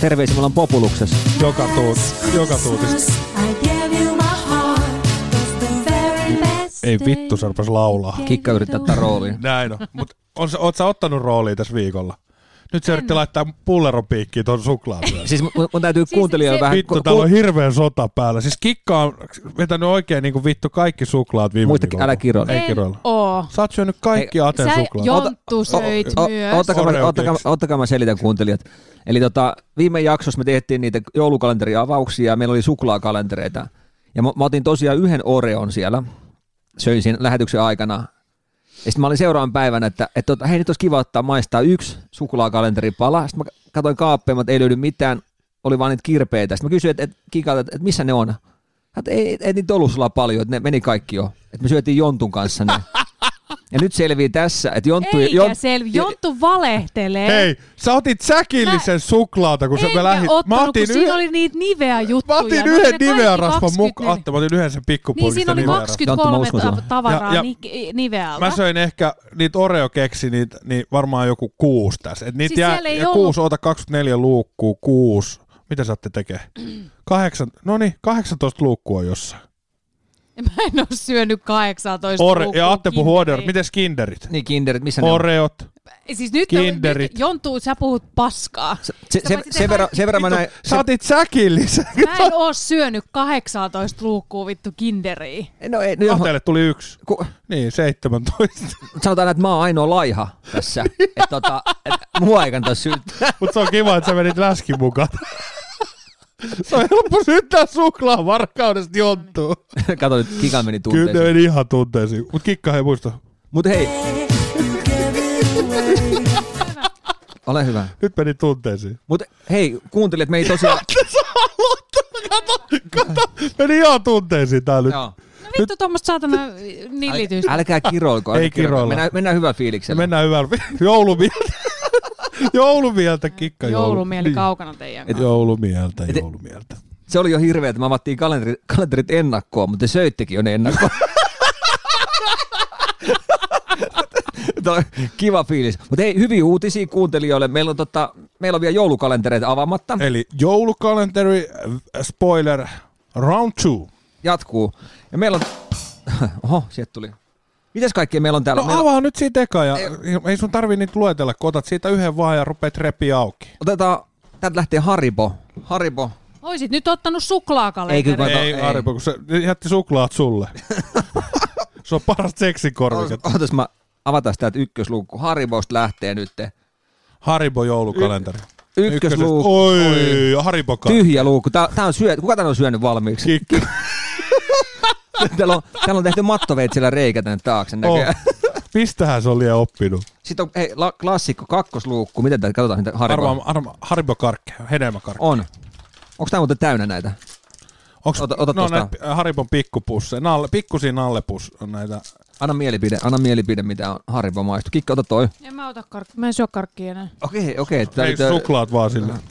Terveisiä, me ollaan Populuksessa. Joka, tuut, joka tuutista. Ei vittu, se rupes laulaa. Kikka yrittää ottaa rooliin. Näin on. Mut on, se- oot sä ottanut roolia tässä viikolla? Nyt se yritti laittaa pulleron piikkiin tuon suklaan. Siis mun, mun täytyy siis kuuntelijoille se- vähän... Vittu, ku- täällä on ku- hirveä sota päällä. Siis Kikka on vetänyt oikein niin kuin vittu kaikki suklaat viime Muista, viikolla. älä kiroile. Ei kiroilla. Oo. Sä oot syönyt kaikki Aten Sä suklaat. Jonttu söit O- myös. Ottakaa, mä, Oreo ottakaa, keksi. ottakaa mä selitän kuuntelijat. Eli tota, viime jaksossa me tehtiin niitä joulukalenteriavauksia ja meillä oli suklaakalentereita. Ja mä, mä otin tosiaan yhden Oreon siellä, söin siinä lähetyksen aikana. Ja sitten mä olin seuraavan päivän, että, että tota, hei nyt olisi kiva ottaa maistaa yksi suklaakalenteripala. Sitten mä katsoin kaappeja, mutta ei löydy mitään, oli vaan niitä kirpeitä. Sitten mä kysyin, että, että kikalta, että, että missä ne on? Hän, että ei, ei niitä ollut sulla paljon, että ne meni kaikki jo. Että me syötiin Jontun kanssa ne. Ja nyt selvii tässä, että Jonttu... Eikä Jont- selvi. Jonttu valehtelee. Hei, sä otit säkillisen suklaata, kun Kun sä Enkä mä lähdin. ottanut, Mä otin, kun siinä oli niitä niveä juttuja. mä otin Ne oli yhden ne niveä kaikki rasvan 24. mukaan. Mä otin yhden sen Niin, pikkupulkista siinä oli niveä rasvaa. 23 Jonttu, mä uskon ta- sua. tavaraa Ja- ja- ja, ja, niveältä. Mä söin ehkä niitä Oreo-keksi, niitä, niin varmaan joku kuusi tässä. Et niitä Siis jää, siellä ei ja ollut- kuusi, ota 24 luukkuu, kuusi. Mitä sä ootte tekemään? Kahdeksan, no niin, 18 luukkua on jossain. Mä en oo syönyt 18 Ore, luukkua ja Atte puhuu Oreo. kindereitä. Mites kinderit? Niin, kinderit, missä ne on? Oreot. Siis nyt, Kinderit. nyt Jonttu, sä puhut paskaa. Se, se, Sä se, voisit sen, verran, sen verran mä näin, Sä otit säkillisen. Mä en oo syönyt 18 luukkuu vittu kinderiä. se, no, ei, no, joo, Ateelle tuli yksi. ku, Niin, 17. sanotaan, että mä oon ainoa laiha tässä, että tota, et, mua ei kannata syyttää. Mutta se on kiva, että sä menit läskin mukaan. Se on helppo syyttää suklaa varkaudesta jonttuun. Kato nyt, kika meni Kyllä ne tunteisiin. meni ihan tunteisiin. Mut kikka ei muista. Mut hei. Ole hyvä. Nyt meni tunteisiin. Mut hei, kuuntelijat, me ei tosiaan... Kato, kato. Meni ihan tunteisiin tää nyt. Joo. No vittu tommosta saatana nillitystä. Älkää, älkää kiroilko. älkää Ei kiroilko. kiroilla. Mennään, mennään hyvä Ja fiiliksellä. mennään hyvällä joulumieltä. joulumieltä, kikka joulu. Joulumieli Niin. kaukana teidän kanssa. Joulumieltä, Et- joulumieltä. Se oli jo hirveä, että me avattiin kalenterit, kalenterit ennakkoon, mutta te söittekin jo ne ennakkoon. Tämä on kiva fiilis. Mutta hei, hyviä uutisia kuuntelijoille. Meillä on, tota, meillä on vielä joulukalentereita avaamatta. Eli joulukalenteri, äh, spoiler, round two. Jatkuu. Ja meillä on... Oho, sieltä tuli. Mitäs kaikkea meillä on täällä? No meillä... avaa nyt siitä eka ja ei sun tarvi niitä luetella, kun otat siitä yhden vaan ja rupeat repi auki. Otetaan... Täältä lähtee Haribo. Haribo. Oisit nyt ottanut suklaakalenterin. Ei kyllä, ei, ei. ei. Arpo, kun se jätti suklaat sulle. se on paras seksikorviketta. Otas mä avataan täältä ykkösluukku. Haribosta lähtee nyt. Haribo joulukalenteri. Ykkösestä. Ykkösluukku. Oi, Oi. Haribo Tyh- Tyhjä luukku. Tää, tää on syö... Kuka tän on syönyt valmiiksi? Kikki. Täällä on, täällä on tehty mattoveitsellä reikä tänne taakse Oh. näköjään. Oh. Mistähän se oli ja oppinut? Sitten on hei, la, klassikko kakkosluukku. Miten tää, katsotaan niitä Arvaa, harjoja. arvaa, Haribo karkkeja, hedelmäkarkkeja. On. Onko tää muuten täynnä näitä? Onks, ota- ota no, tosta. näitä pi- Haribon pikkupusseja, nalle, pikkusia nallepus on näitä. Anna mielipide, anna mielipide, mitä on Haribo maistu. Kikka, ota toi. En mä ota karkkia. Mä en syö karkkia enää. Okei, okei. tää Ei nyt, ö, suklaat vaan sille.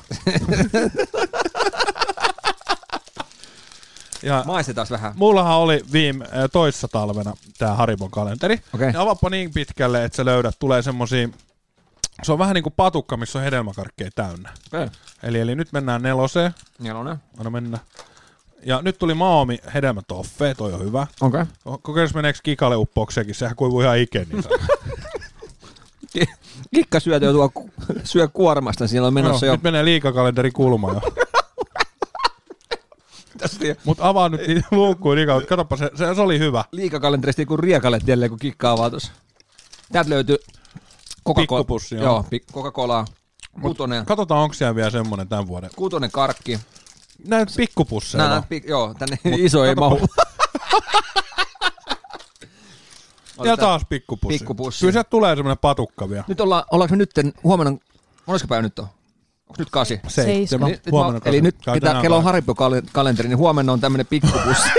ja Maistetaan vähän. Mullahan oli viime äh, toissa talvena tämä Haribon kalenteri. Okei. Okay. Ja avaappa niin pitkälle, että sä löydät, tulee semmosia, se on vähän niin kuin patukka, missä on hedelmäkarkkeja täynnä. Okei. Eli, eli nyt mennään neloseen, Nelonen. anna mennä. Ja nyt tuli Maomi hedelmätoffe, toi on hyvä. Okei. O- Kokeilisi meneekö kikalle uppoukseenkin, sehän kuivuu ihan ikeniin. Kikka syö, tuo, ku- syö kuormasta, siellä on menossa jo. Nyt menee liikakalenteri kulma jo. Mutta avaa nyt niitä luukkuja liikaa, katsoppa se, se, se oli hyvä. Liikakalenterista kuin riekalet jälleen, kun kikka avaa tuossa. Täältä löytyy Coca-Cola. Pikkupussi, joo. Joo, pik- Coca-Colaa. Kutonen, Katsotaan, onko siellä vielä semmonen tämän vuoden. kutonen karkki. Näitä pikkupusseja. Nää, vaan. nää, pik- joo, tänne iso ei mahu. Ja taas pikkupussi. Pikkupussi. Kyllä sieltä tulee semmoinen patukka vielä. Nyt olla, ollaanko me nytten, huomenna, monesko päivä nyt on? Onko nyt kasi? Seitsemän. Nyt- nyt mä- eli nyt, No, Käy mitä tänään kello on kahdeksan. Haribo kal- kalenteri, niin huomenna on tämmönen pikkupussi.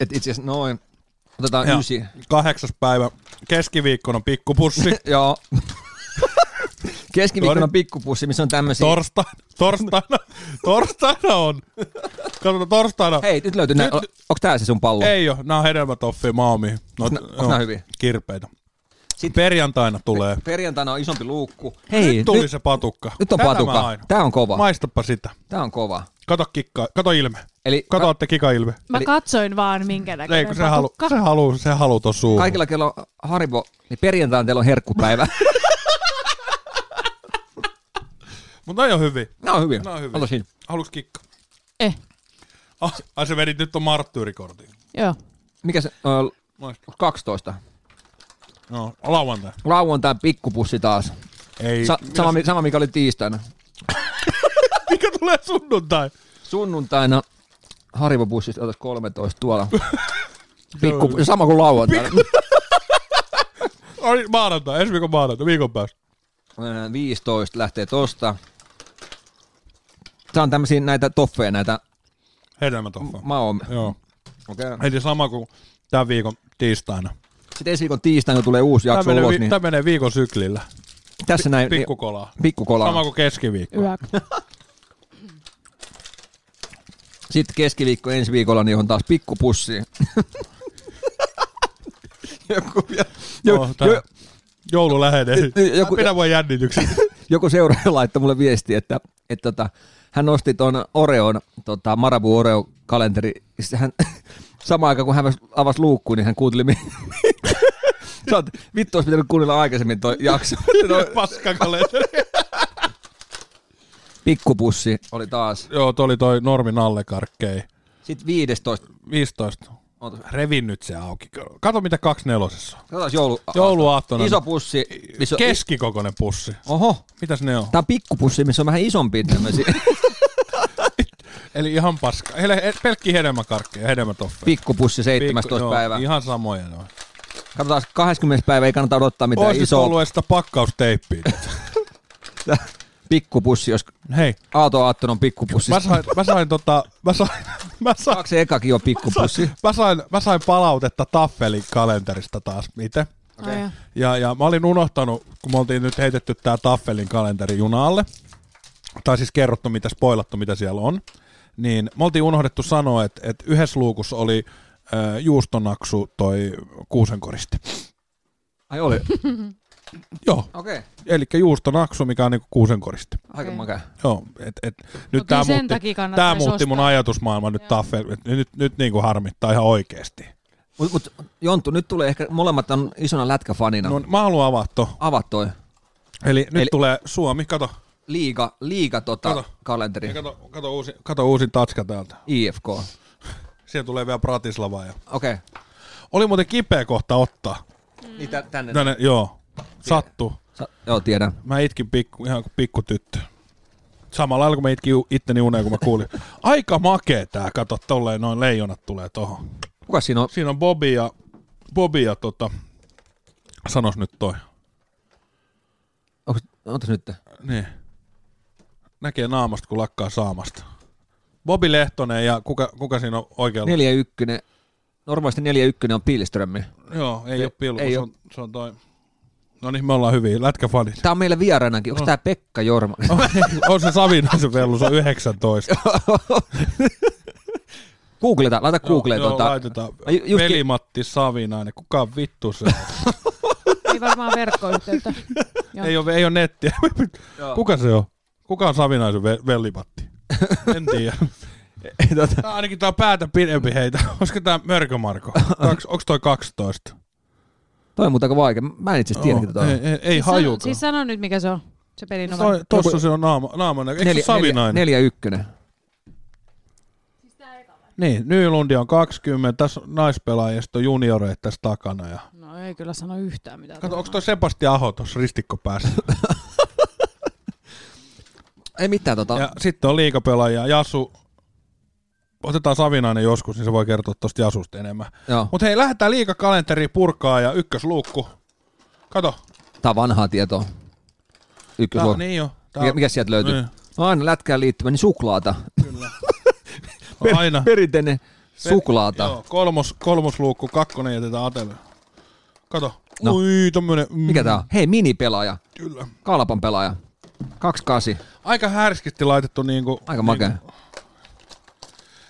Et itse asiassa noin. Otetaan Joo. ysi. Kahdeksas päivä. Keskiviikkona on pikkupussi. Joo. Keskiviikkona Tuo nyt- pikkupussi, missä on tämmöisiä. Torsta, torstaina, torstaina on. Katsotaan torstaina. Hei, nyt löytyy nää. Nyt- O- Onko tää se sun pallo? Ei oo, nää on hedelmätoffi maami. No, Onks nä- onks nää hyviä? Kirpeitä. Sitten- Perjantaina tulee. Perjantaina on isompi luukku. Hei, nyt tuli se patukka. nyt on Tätä mä patukka. hain. Tämä on kova. Maistapa sitä. Tämä on kova. Kato, kikka, kato ilme. Eli Kato, että kika ilme. Mä Eli- katsoin vaan, minkä näköinen Ei, kun se halu, patukka. se halu, se halu tuon suuhun. Kaikilla, kello on Haribo, niin perjantaina teillä on herkkupäivä. Mutta noi on hyvin. Nämä on hyviä. Noi on hyvin. Ota siinä. Haluatko kikka? Eh, Ah, ai se vedit nyt on marttyyrikortin. joo. Mikä se, Maistu. ö, 12. No, lauantai. Lauantain pikkupussi taas. Ei. Sa- Mitä sama, se- mi- sama, mikä oli tiistaina. mikä tulee sunnuntai? Sunnuntaina Haribo-bussista otas 13 tuolla. Pikku, sama kuin lauantaina. Ai, maanantai, ensi viikon maanantai, viikon päästä. Ö, 15 Äh, lähtee tosta. Tää on tämmöisiä näitä toffeja, näitä Hedelmätoffa. mao. Joo. Okay. Eli sama kuin tämän viikon tiistaina. Sitten ensi viikon tiistaina kun tulee uusi Tämä jakso menee, ulos, vi- niin tämä menee viikon syklillä. tässä näin niin Niin- Pikkukolaa. pikkukola. Sama kuin keskiviikko. Yö. Sitten keskiviikko ensi viikolla, niin on taas pikkupussi. joku, jo, Joo, jo, Oh, tää- Joulu lähenee. joku- Joku... Minä voin jännityksen. joku seuraaja laittoi mulle viesti, että, että tota, hän nosti tuon Oreon, tota, Marabu Oreo kalenteri. Sitten hän, samaan aikaan kun hän avasi luukkuun, niin hän kuunteli mi- Sä oot, vittu olisi pitänyt kuunnella aikaisemmin toi jakso. Paskakalenteri. Pikkupussi oli taas. Joo, toi oli toi normin allekarkkei. Sitten 15. 15. Ootas, Revin nyt se auki. Kato mitä kaksi nelosessa on. Katsotaan joulu. Jouluaattona. Iso pussi. Missä on, Keskikokoinen pussi. Oho, Mitäs ne on? tää on pikkupussi, missä on vähän isompi tämmöisiä. Eli ihan paska. Hele, he- pelkki hedelmäkarkkeja, hedelmätoffeja. Pikkupussi 17. Pikku- joo, päivä. Ihan samoja ne on. Katsotaan, 20. päivä ei kannata odottaa mitään Ois nyt isoa. ollut edes sitä pakkausteippiä. Pikkupussi, jos Hei, Aato Aatton on pikkupussi. mä sain, mä sain tota, mä sain, mä sain, Siis- Kaksi ekakin on pikkupussi. mä sain, mä sain palautetta Taffelin kalenterista taas, miten? Okei. Ai joo. Ja, ja mä olin unohtanut, kun me oltiin nyt heitetty tää Taffelin kalenteri junalle, tai siis kerrottu, mitä spoilattu, mitä siellä on, niin me oltiin unohdettu sanoa, että, että yhdessä luukussa oli äh, juustonaksu toi kuusenkoristi. Ai oli. Joo, Okei. Okay. eli juustonaksu, mikä on niinku kuusenkoristi. Aika Okei. makea. Joo, et, et, nyt Okei, tämä sen muutti, takia kannattaisi tää muutti mun ostaa. ajatusmaailman nyt Taffel, et nyt, nyt niinku harmittaa ihan oikeesti. Mut, mut Jonttu, nyt tulee ehkä molemmat on isona lätkäfanina. No, No. mä haluan avaa to. Avaa toi. Eli nyt Eli- tulee Suomi, kato, Liiga, liiga tota Kato. kalenteri. kato, kato, uusi, kato uusin tatska täältä. IFK. Okei. Siellä tulee vielä Bratislava. Ja... Okay. Oli muuten kipeä kohta ottaa. Niin tä, tänne. Tänne, joo, sattu. Sa- joo, tiedän. Mä itkin pikku, ihan kuin pikku tyttö. Samalla lailla kun mä itkin u- itteni uneen, kun mä kuulin. Aika makee tää, kato, tolleen noin leijonat tulee tohon. Kuka siinä on? Siinä on Bobi ja, Bobi ja tota, sanos nyt toi. Onko, ootas nyt. Niin. Näkee naamasta, kun lakkaa saamasta. Bobi Lehtonen ja kuka, kuka siinä on oikealla? 4-1. Normaalisti 4-1 on Pilströmmi. Joo, ei Ei- ole pillu, ei se, on, se on toi. No niin, me ollaan hyviä, lätkäfanit. Tää on meillä vieraanakin. Onko no. tää Pekka Jorma? On, on se Savinaisen vellu, se on 19. Googleta, laita Googleen joo, tota. laitetaan. Ai, ju- just- Veli-Matti Savinainen, kuka on vittu se? on? Ei varmaan verkkoyhteyttä. Niin Joo. ei, ole, ei ole nettiä. Joo. kuka se on? Kuka on Savinaisen ve- Veli-Matti? En tiedä. tota, Tää ainakin tää on päätä pidempi heitä. Olisiko tää Mörkö Marko? Kaks, onks toi 12? Toi on muuten aika vaikea. Mä en itse asiassa tiedä, Ei, ei, ei siis sano, hajukaan. siis sano nyt, mikä se on, se pelin numero. Toi, tossa se on naama, naama näkö. Eikö se Savinainen? Neljä ykkönen. Niin, Nylundia on 20, tässä on naispelaajista on junioreet tässä takana. Ja... No ei kyllä sano yhtään mitään. Kato, onko Tuohon. toi Sebastian Aho tuossa ristikko päässä? Ei mitään tota. ja sitten on liikapelaajia, Jasu. Otetaan Savinainen joskus, niin se voi kertoa tuosta Jasusta enemmän. Joo. Mutta hei, lähdetään liikakalenteri purkaa ja ykkösluukku. Kato, Tää on vanhaa tietoa. tää, Ykkösluokka. niin jo. Tää, Mikä, mikä sieltä löytyy? Niin. No aina lätkään liittyvä, niin suklaata. on aina. Perinteinen suklaata. Joo, kolmos, kolmosluukku, kakkonen jätetään atelle. Kato. No. No. Ui, tommonen. Mm, Mikä tää on? Hei, minipelaaja. Kyllä. Kalpan pelaaja. 28. Aika härskisti laitettu niinku. Aika makea. Niinku.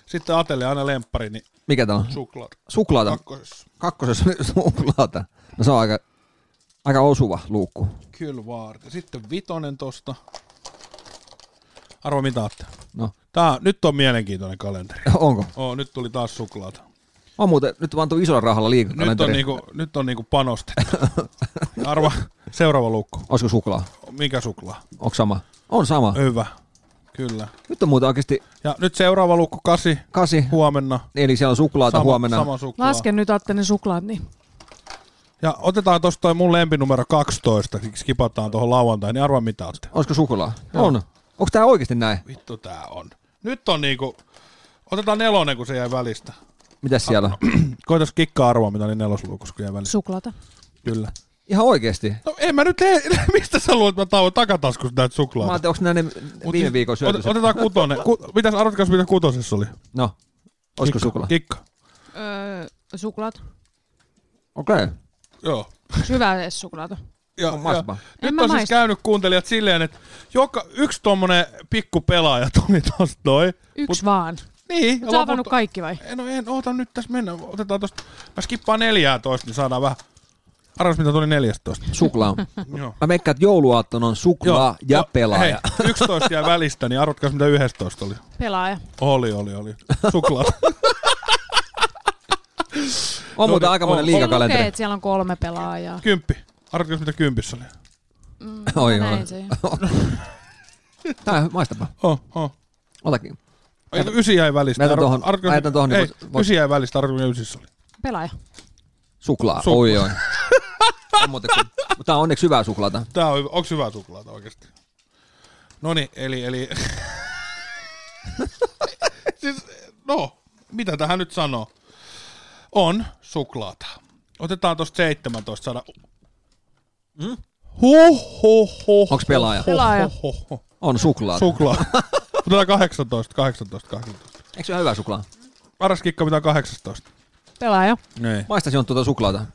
Sitten atelle aina lemppari, niin Mikä tää on? suklaat. Suklaata. Kakkosessa. Kakkosessa suklaata. No se on aika... Aika osuva luukku. Kyllä vaarti. Sitten vitonen tosta. Arvo, mitä ootte? No, Tää, nyt on mielenkiintoinen kalenteri. onko? Oo, nyt tuli taas suklaata. On muuten, nyt vaan tuo isolla rahalla liikakalenteri. Nyt on, niinku, nyt on niinku panostettu. Arva, seuraava luukku. Olisiko suklaa? Mikä suklaa? Onko sama? On sama. Hyvä. Kyllä. Nyt on muuten oikeasti Ja nyt seuraava luukku, kasi, kasi. huomenna. Eli siellä on suklaata Sama, huomenna. sama suklaa. Laske nyt, otte ne suklaat, niin Ja otetaan tuosta toi mun lempinumero 12, skipataan tuohon lauantain, niin arvaa mitä olette. Olisiko suklaa? On. Onko tämä oikeasti näin? Vittu tää on. Nyt on niinku, otetaan nelonen, kun se jäi välistä. Mitäs siellä on? Koitas kikkaa arvoa, mitä oli nelosluukussa, kun jäi välistä. suklaata. Kyllä. Ihan oikeasti. No en mä nyt, he, mistä sä luulet, mä tauon takataskusta näitä Mä suklaata. ajattelin, onko nämä ne Mut viime siis- viikon syöty? ot- Otetaan kutonen. Ku, mitäs arvatkaas, mitä kutosessa oli? No, olisiko Kikka. suklaa? Kikka. Öö, suklaat. Okei, okay. Joo. Onks Hyvä edes suklaata. Ja, on maistapa. Nyt mä on siis maista. käynyt kuuntelijat silleen, että joka, yksi tommonen pikku pelaaja tuli tosta noin. Yksi Mut- Mut, vaan. Niin. ja Oot avannut loput- kaikki vai? En, no en, oota nyt tässä mennä. Otetaan tosta. Mä skippaan 14, niin saadaan vähän. Arvas, mitä tuli 14. Suklaa. Joo. Mä veikkaan, että jouluaattona on suklaa Joo. ja No, pelaaja. Hei, 11 jäi välistä, niin arvatkaas mitä 11 oli. Pelaaja. Oli, oli, oli. Suklaa. On muuten niin, aika on. monen Siellä lukee, liikakalenteri. että siellä on kolme pelaajaa. Kymppi. Arvatkaas mitä kympissä oli. Mm, Oi, mä oi. näin sen. Tää maistapa. Oh, oh. Otakin. Ei, kun ysi jäi välistä. Mä jätän Arvat- tohon- arvatkaas, mä jätän tohon ei, niinku- voi- ysi jäi välistä, arvatkaas mitä ysissä oli. Pelaaja. Suklaa. Suklaa. suklaa. Oi, oi. On muuten kyllä. Mut Tää on onneksi hyvää suklaata. Tää on, hyvä- onks hyvää suklaata oikeesti? Noniin, eli, eli... siis, no, mitä tähän nyt sanoo? On suklaata. Otetaan tosta 17 saada... Huh, huh, huh. Onks pelaaja? huh, Pelaaja. huh, huh, huh. On suklaata. Suk- Suklaa. Otetaan 18, 18, 18. Eikö se ole hyvää suklaa? Paras kikka mitä 18. Pelaaja. Niin. Maistaisin on tuota suklaata.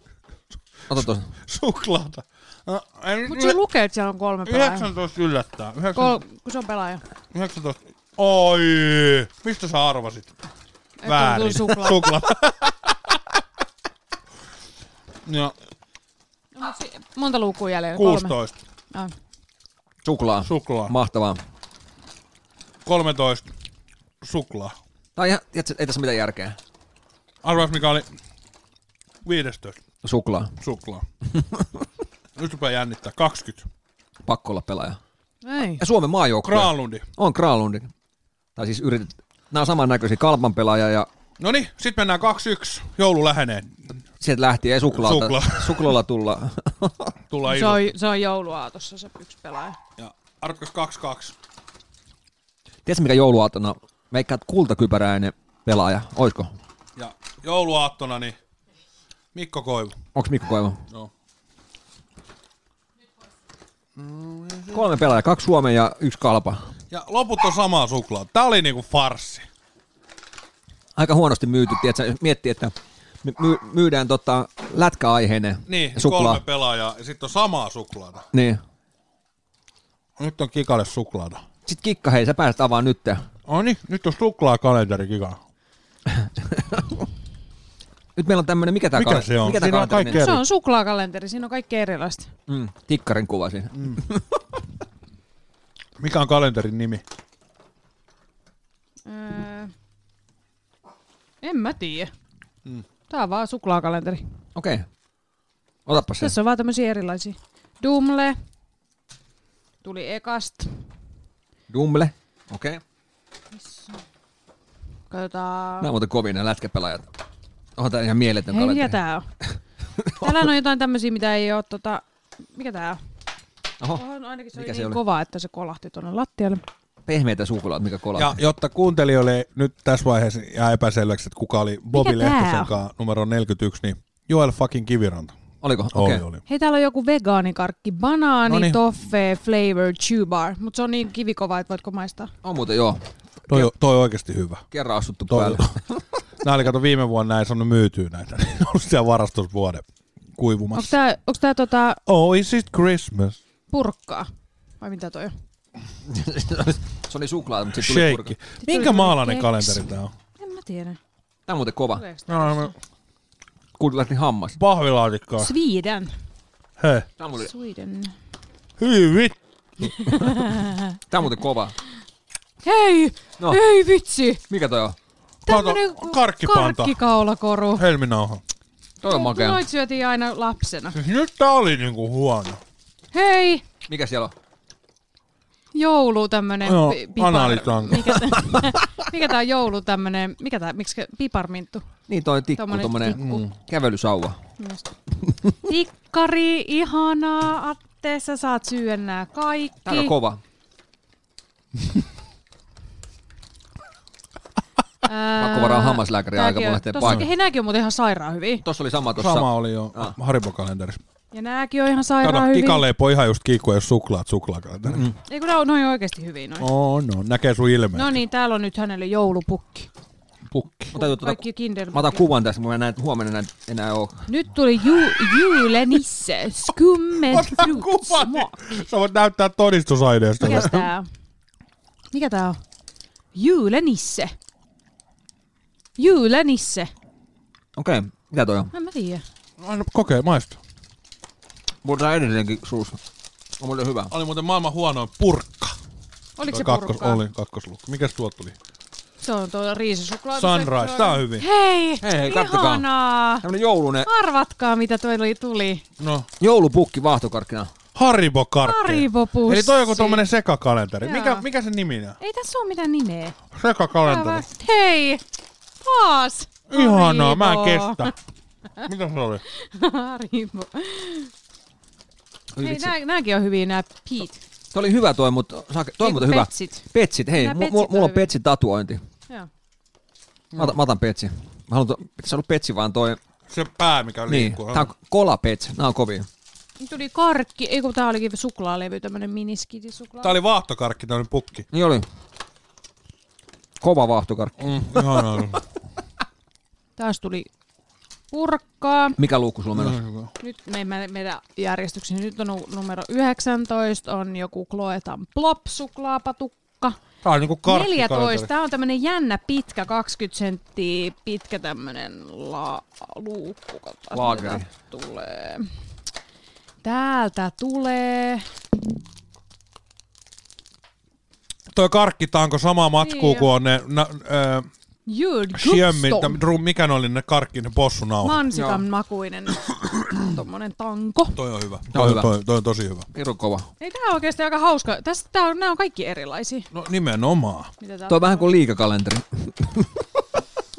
Ota tuosta. Suklaata. No, en, Mut se lukee, että siellä on kolme pelaajaa. 19 yllättää. 19 Kol- kun se on pelaaja. 19. Oi, mistä sä arvasit? Et Väärin. On suklaa. Suklaa. ja No, mut si- monta luukua jäljellä? 16, Kolme. Ah. Suklaa. suklaa. Mahtavaa. 13, suklaa. Tää on ihan, tiedätkö, ei tässä ole mitään järkeä. Arvaas mikä oli 15, Suklaa. suklaa. Nyt rupeaa jännittää. 20, Pakko olla pelaaja. Ei. Ja Suomen maajoukkue. Kraalundi. On Kraalundi. Tai siis yritet... Nämä on samannäköisiä kalpan pelaaja ja No niin, sit mennään 2-1. Joulu lähenee. sieltä lähtien ei suklaata. Suklaa. Suklaalla tulla. Tulee No Se iso. on, se on jouluaatossa se yksi pelaaja. Ja arvatkas 2-2. Tiedätkö mikä jouluaatona? Meikkaat kultakypäräinen pelaaja. Oisko? Ja jouluaattona niin Mikko Koivu. Onks Mikko Koivu? No. Kolme pelaajaa, kaksi Suomen ja yksi kalpa. Ja loput on samaa suklaata. Tää oli niinku farssi. Aika huonosti myyty, tiedätkö? Miettii, että my- my- myydään tota lätkäaiheinen Niin, suklaa. kolme pelaajaa ja sitten on samaa suklaata. Niin. Nyt on kikalle suklaata. Sitten kikka, hei, sä pääset avaan nyt. No niin, nyt on suklaa kalenteri kika. Nyt meillä on tämmönen, mikä tää Mikä kalenteri- se on? Mikä tää Siinä on kalenteri kaikkea- Se on suklaakalenteri, siinä on kaikki erilaista. nimi? Mm, tikkarin kuva siinä. Mm. Mikä on kalenterin nimi? Öö, en mä tiedä. Tää on vaan suklaakalenteri. Mm. Okei. Okay. Otapa se. Tässä on vaan tämmösiä erilaisia. Dumle. Tuli ekasta. Dumble. Okei. Okay. Katsotaan. Nämä on muuten kovin nämä lätkäpelaajat. Onhan tää ihan mieletön Hei, kalenteri. mikä tää on? Täällä on jotain tämmösiä, mitä ei oo tota... Mikä tää on? Oho, Oho, no ainakin se mikä oli se niin oli? kova, että se kolahti tuonne lattialle. pehmeitä suklaat, mikä kolaa. Ja jotta kuuntelijoille nyt tässä vaiheessa jää epäselväksi, että kuka oli Bobi Mikä tää Lehtosen on? kanssa numero 41, niin Joel fucking Kiviranta. Oliko? Oli, Okei. Okay. oli. Hei, täällä on joku vegaanikarkki. Banaani, Noniin. Noniin. toffee, flavor, chew bar. Mut se on niin kivikova, että voitko maistaa? On muuten joo. Toi, on- toi on oikeasti hyvä. Kerran astuttu Toi- päälle. Nää oli kato viime vuonna näin saanut myytyä näitä. Ne on ollut siellä varastusvuoden Onko kuivumassa. tää, onks tää tota Oh, is it Christmas? purkkaa? Vai mitä toi on? se oli suklaa, mutta sitten tuli Shake. purka. Minkä tuli maalainen keksi. kalenteri tää on? En mä tiedä. Tämä on No. muuten kova. Tuleeko tää? No, no, Kuulitin hammas. pahvilaatikkoa. Sweden. Hei. Tämä on muuten, Sweden. Hyi vittu. tämä on muuten kova. Hei! No. No. Hei vitsi! Mikä toi on? Tämmönen Kato, karkkipanta. karkkikaulakoru. Helminauha. Toi on makea. Noit syötiin aina lapsena. Siis nyt tää oli niinku huono. Hei! Mikä siellä on? Joulu tämmönen Joo, pi- pipar... analitanko. Mikä, tä- mikä tää on joulu tämmönen, mikä tää, miksi piparminttu? Niin toi tikku, Tommonen tommonen tikku. mm, kävelysauva. Just. Tikkari, ihanaa, Atte, sä saat syödä nää kaikki. Tää on kova. Ää, Pakko varaan hammaslääkäri tääkin aika, on- mulla lähtee tossa- paino. Hei, nääkin on muuten ihan sairaan hyviä. Tossa oli sama tossa. Sama oli jo Ah. Haribo-kalenterissa. Ja nääkin on ihan Kato, sairaan hyviä. kikaleipo ihan just kiikkuu, jos suklaat suklaakalenterissa. Mm. Ei kun nää on noin oikeesti hyviä noin. Oh, no, näkee sun ilmeen. No niin, täällä on nyt hänelle joulupukki. Pukki. Mä, tajun, tuota, Kaikki kinder. mä otan kuvan tästä, mä näen, että huomenna näin enää oo. Nyt tuli ju- julenisse, skummet Ota fruit kuva, niin smoke. Sä voit näyttää todistusaineesta. Mikäs tää on? Mikä tää on? Julenisse. Julenisse. Okei, okay. mitä toi on? Mä en mä tiedä. Anna No, kokee, maistu. Mulla tää edellinenkin suussa. On muuten hyvä. Oli muuten maailman huonoin purkka. Oliko se kakkos, porukkaa? Oli kakkosluukku. Mikäs tuot tuli? Se on tuo riisisuklaa. Sunrise, tää on hyvin. Hei, Hei, hei, kattokaa. ihanaa. Tämmönen joulunen Arvatkaa, mitä toi oli- tuli. No, joulupukki vaahtokarkkina. haribo Haribopussi. Eli toi on joku tommonen sekakalenteri. Jaa. Mikä, mikä sen nimi on? Ei tässä ole mitään nimeä. Sekakalenteri. Hei, taas. Ihanaa, mä en Haribo. kestä. Mitä se oli? Haribo. Oi Hei, vitsi. nää, nääkin on hyviä nää Pete. Toi oli hyvä toi, mutta saake, toi on Ei, muuten kun hyvä. Petsit. Petsit, hei, Nää mu- petsit mu- mulla on on hyviä. petsi tatuointi. Joo. Mä otan, mä otan petsi. Mä haluan, to- pitäis olla petsi vaan toi. Se pää, mikä Niin, liikkuu. tää on kolapetsi, nää on kovia. Nyt tuli karkki, ei kun tää olikin suklaalevy, tämmönen miniskiti suklaa. Tää oli vaahtokarkki, tämmönen pukki. Niin oli. Kova vaahtokarkki. Mm, ihanaa. Taas tuli purkkaa. Mikä luukku sulla on Mm. menossa? Nyt me, me, meidän järjestykseni nyt on nu- numero 19, on joku Kloetan Plop suklaapatukka. Tää on niinku karkki 14, tää on tämmönen jännä pitkä, 20 senttiä pitkä tämmönen la- luukku. Katsotaan, Laageri. mitä tulee. Täältä tulee. Toi karkkitanko sama matkuu Niin. kuin on ne na, ö, Jyrd Sjömmin, Gustom. tai dru- mikä ne oli ne karkki, ne possunauhat. Mansikan makuinen tommonen tanko. Toi on hyvä. Tää on hyvä. Toi, toi on tosi hyvä. Piru kova. Ei tää on oikeesti aika hauska. Tässä tää on, nää on kaikki erilaisia. No nimenomaan. Mitä tää Toi on vähän kuin liikakalenteri.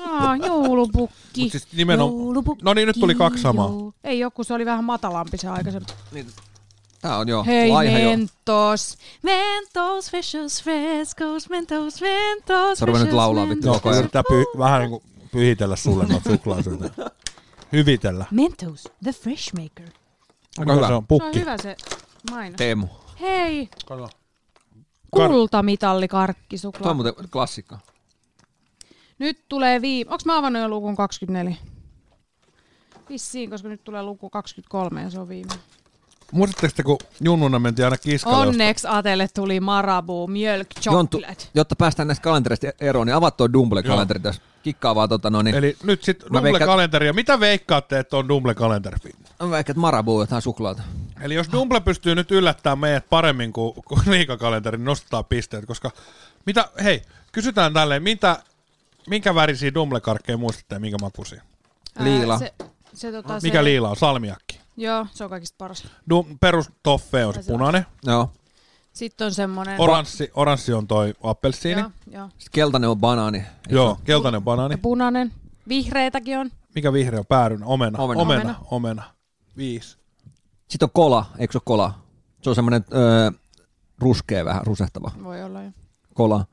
Aa, joulupukki. Mut siis nimenomaan- No niin, nyt tuli kaksi samaa. joo. Ei joku, se oli vähän matalampi se aikaisempi. Niin. Tää on joo. Hei laiha joo. Mentos. Mentos, freshos, frescos, Mentos, Mentos, Sä rupeat nyt freshos, laulaa vittu Joo, Mentos, koko ajan. yrittää py- vähän niin kuin pyhitellä sulle noita suklaasyötä. Hyvitellä. Mentos, the fresh maker. Aika hyvä. Se on Se on pukki. hyvä se mainos. Teemu. Hei, Kar- Toi kultamitallikarkkisuklaa. on muuten klassikka. Nyt tulee viime... Onks mä avannut jo lukun 24? Vissiin, koska nyt tulee luku 23 ja se on viime. Muistatteko te, kun junnuna mentiin aina kiskalle? Onneksi Atelle tuli Marabu Milk Jontu, Chocolate. jotta päästään näistä kalentereista eroon, niin avaa tuo Dumble-kalenteri tässä. Kikkaa vaan tota no niin. Eli nyt sit veikkaan- Dumble-kalenteria. Mitä veikkaatte, että on Dumble-kalenteri? Mä väikät marabuu jotain suklaata. Eli jos Dumble pystyy nyt yllättämään meidät paremmin kuin, kuin liikakalenteri, niin nostetaan pisteet, koska mitä, hei, kysytään tälleen, mitä, minkä värisiä Dumble-karkkeja muistatte ja minkä makuisia? Ää, liila. Se, se, tota, Mikä No se, liila on? Salmiakki. Joo, se on kaikista paras. Dum, perus toffe on se punainen, Joo. Sitten on semmonen... oranssi, oranssi on toi appelsiini, Joo, joo. Sitten keltainen on banaani. joo, keltainen banaani. Ja punainen. Vihreitäkin on. Mikä vihreä on päärynä? Omena. Omena. Omena. Omena. Omena. omena. Viisi. Sitten on kola, eikö se ole kola? Se on semmoinen öö, ruskea vähän, rusehtava Voi olla jo. kola.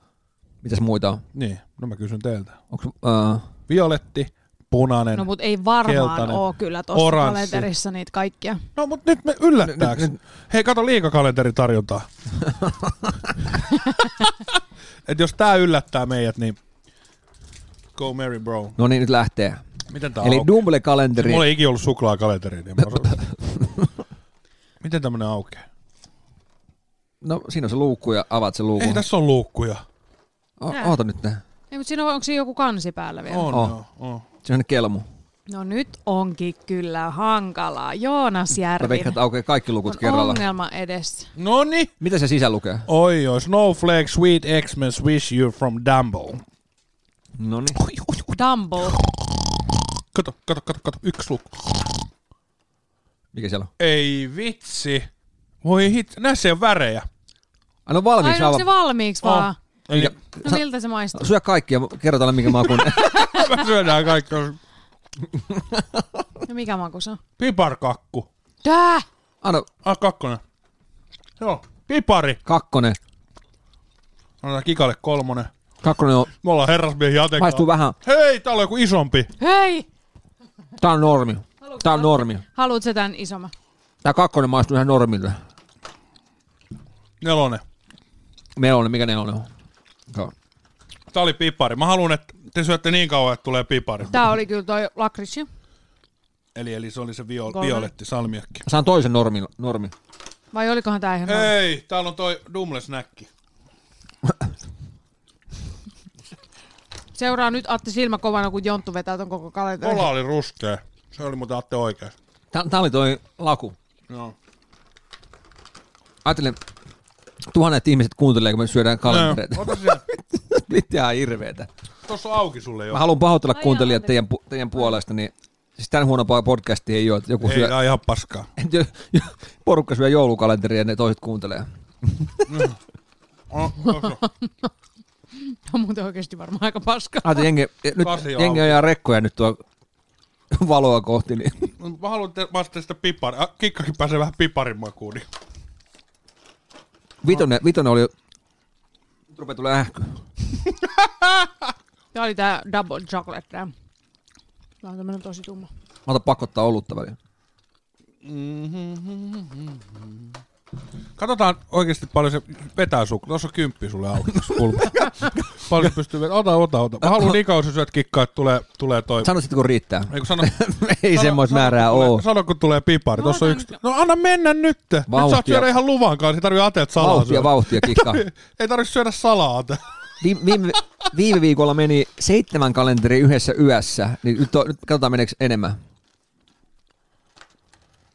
Mitäs muita on? Niin, no mä kysyn teiltä. Onko, öö, Violetti, punainen. No mut ei varmaan Keltainen. oo kyllä tossa Oranssi. kalenterissa niitä kaikkia. No, mut nyt me yllättääks. Hei, kato liikakalenteri tarjontaa. Et jos tää yllättää meidät, niin go Mary bro. no niin, nyt lähtee. Miten tää Eli aukeaa? Dumble-kalenteri. Mulla ei ikinä ollut suklaakalenteria, niin mä osaan- Miten tämmönen aukeaa? No siinä on se luukku ja avaat se luukku. Ei, tässä on luukkuja. O- Nää. oota nyt. nää. Ei, mut siinä on, onko siinä joku kansi päällä vielä? On, Oh. oh. joo. Oh. Se on kelmu. No nyt onkin kyllä hankalaa. Joonas Mä Järvinen veikkaan, että aukeaa kaikki lukut on kerralla. ongelma edessä. No niin. Mitä se sisä lukee? Oi, oi, Snowflake, Sweet X-Men, Wish You from Dumbo. No niin. Oi, oi, oi. Dumbo. Kato, kato, kato, kato. Yksi luku. Mikä siellä on? Ei vitsi. Voi hit. Näissä ei ole värejä. Ai, no valmiiksi. Ai onko se aivan. valmiiksi vaan? Eli Mikä- No Sa- miltä se maistuu? Syö kaikki ja kerrotaan, minkä mä oon kun... me syödään kaikki. No mikä maku se on? Piparkakku. Tää! Anna Ah, kakkonen. Joo. Pipari. kakkonen. Annetaan kikalle kolmonen. Kakkonen on, Me ollaan herrasmiehen jatekaa. maistuu vähän. Hei, täällä on joku isompi. Hei! Tää on normi. Tää on normi. Haluatko sä tän isomman? Tää kakkonen maistuu ihan normille. Nelonen. Nelonen, mikä nelonen on? Joo. Tää oli pipari. Mä haluan, että te syötte niin kauan, että tulee pipari. Tää oli kyllä toi lakritsi. Eli, eli se oli se viol, Kolme. violetti salmiakki. Saan toisen normi. normi. Vai olikohan tää ihan normi? Hei, täällä on toi dumlesnäkki. Seuraa nyt Atte silmä kovana, kun Jonttu vetää ton koko kalenterin. Kola oli ruskea. Se oli muuten Atte oikein. Tää, tää oli toi laku. Joo. Ajattelin, tuhannet ihmiset kuuntelee, kun me syödään kalentereita. No, ota se. Mitä ihan hirveetä. Tuossa on auki sulle jo. Mä haluan pahoitella Ai kuuntelijat jaa, teidän, pu- teidän puolesta, niin siis tämän huonompaa podcastia ei ole, että joku Ei, syö, tää on ihan paskaa. porukka syö joulukalenteria ja ne toiset kuuntelee. On, on, on. On muuten oikeesti varmaan aika paska. Ajattelin, Ah, jengi, nyt Kasi on jengi auki. ajaa rekkoja nyt tuo valoa kohti, niin Mä haluan te- vastata sitä pipari. Ah, kikkakin pääsee vähän piparin makuun. Niin. vitonen, vitonen oli, nyt rupeaa tulee ähky. Tää oli tää double chocolate tää. Tää on tämmönen tosi tumma. Mä otan pakko ottaa olutta väliin. Katsotaan oikeasti paljon se vetää suklaa. Tuossa on kymppi sulle auki tuossa kulmassa. paljon se pystyy vetämään. Ota, ota, ota. Mä haluan niin kauan, kun sä syöt kikkaa, että tulee, tulee toi. Sano sitten, kun riittää. Ei, kun sano, ei semmoista sano- sano, kun määrää tulee- oo. Sano, kun tulee pipari. Tuossa on otan yksi. No anna mennä nyt. Nyt saat Vauhtia. syödä ihan luvan kanssa. Ei tarvii ateet salaa Vauhtia, syödä. vauhtia, kikka. Ei tarvitse syödä salaa. Ate. Viime, viime, viime viikolla meni seitsemän kalenteri yhdessä yössä, niin nyt, on, nyt katsotaan meneekö enemmän.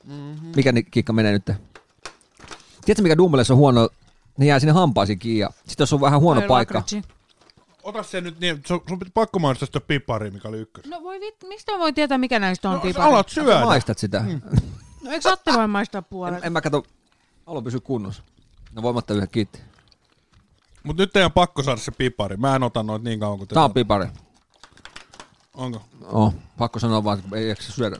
Mhm. Mikä ni- kikka menee nyt? Tiedätkö mikä Dumblessa on huono? Ne jää sinne hampaisiin kiinni ja sitten jos on vähän huono Toi paikka. lakritsi. Ota se nyt niin. Sun, sun pitää pakko mainostaa sitä piparia, mikä oli ykkös. No voi vit, mistä mä voin tietää mikä näistä on No, sä pipari? alat syödä. Maistat sitä. Mm. No eikö Atte voi maistaa En, puolet? en, mä kato, haluan pysyä kunnossa. No voimatta yhden kiitti. Mut nyt ei ole pakko saada se pipari. Mä en ota noita niin kauan kuin te. Tää on pipari. Onko? Oh, pakko sanoa vaan, kun ei jaksa syödä.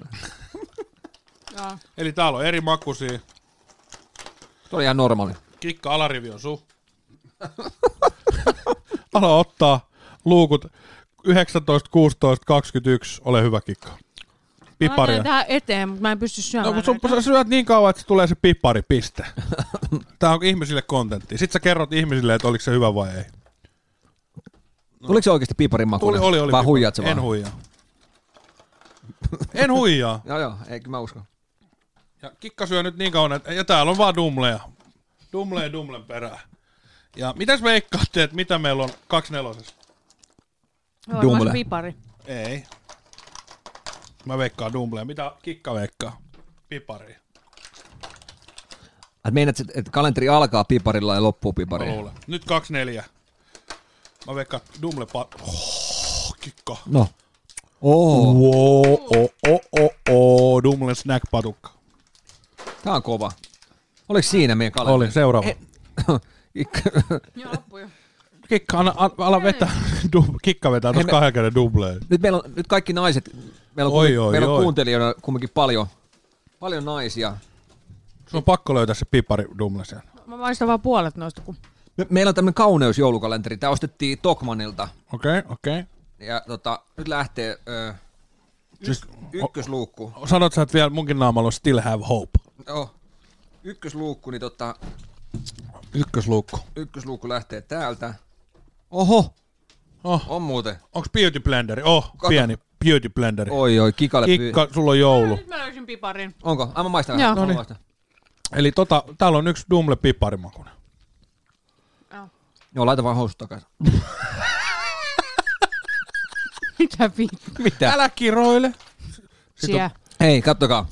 Joo. Eli täällä on eri makuisia. Tuo oli ihan normaali. Kikka alarivi on sun. Ala ottaa luukut 19, 16, 21. Ole hyvä kikka. Mä Piparia. laitan tähän eteen, mutta mä en pysty No syömään. kun sun, näitä. sä syöt niin kauan, että se tulee se pipari, piste. Tää on ihmisille kontentti. Sitten sä kerrot ihmisille, että oliko se hyvä vai ei. Tuliko se oikeasti piparin maku? Tuli, oli, oli. Vai pipari. huijaat sä vaan? En huijaa. en huijaa. Joo, joo, eikö mä usko. Ja kikka syö nyt niin kauan, että ja täällä on vaan dumleja. Dumleja dumlen perää. Ja mitäs veikkaatte, että mitä meillä on kaksi nelosessa? Joo, varmaan Dumle. se pipari. Ei. Mä veikkaan dumblea. Mitä kikka veikkaa? Pipari. Et meinaat, et- että kalenteri alkaa piparilla ja loppuu Mä piparilla? luulen. Nyt kaksi neljä. Mä veikkaan dumble pa- oh, kikka. No. Oo, oh, Wow, oh, oh, oh, oh, dumble snack patukka. tää on kova. Oliko siinä meidän kalenteri? Oli, seuraava. Eh. Joo, loppu jo. Kikka, anna, anna, ala vetää. Dum, kikka vetää Hei, tuossa me- kahden käden dumbleen. nyt, meillä on, nyt kaikki naiset, meillä on, oi, Oi, oi, meillä on oi. kuuntelijoina kumminkin paljon, paljon naisia. Sun on pakko löytää se pipari dumble siellä. Mä maistan vaan puolet noista, kun Me, meillä on tämmöinen kauneusjoulukalenteri. Tämä ostettiin Tokmanilta. Okei, okay, okei. Okay. Ja tota, nyt lähtee ö, Siis, ykkösluukku. sanot sä, että vielä munkin naamalla on still have hope. Joo. Ykkösluukku, niin tota, Ykkösluukku. No, ykkösluukku lähtee täältä. Oho, Oh. on muuten. Onks beauty blenderi? Oh, Kato. pieni beauty blenderi. Oi, oi, kikalle pyy- Kikka, sulla on joulu. Nyt mä löysin piparin. Onko? Ai mä maistan Joo. vähän. No No niin. niin. Eli tota, täällä on yksi dumble piparimakunen. Joo. Joo, laita vaan housut takaisin. Mitä vittu? Mitä? Älä kiroile. Yksiä. Hei, kattokaa.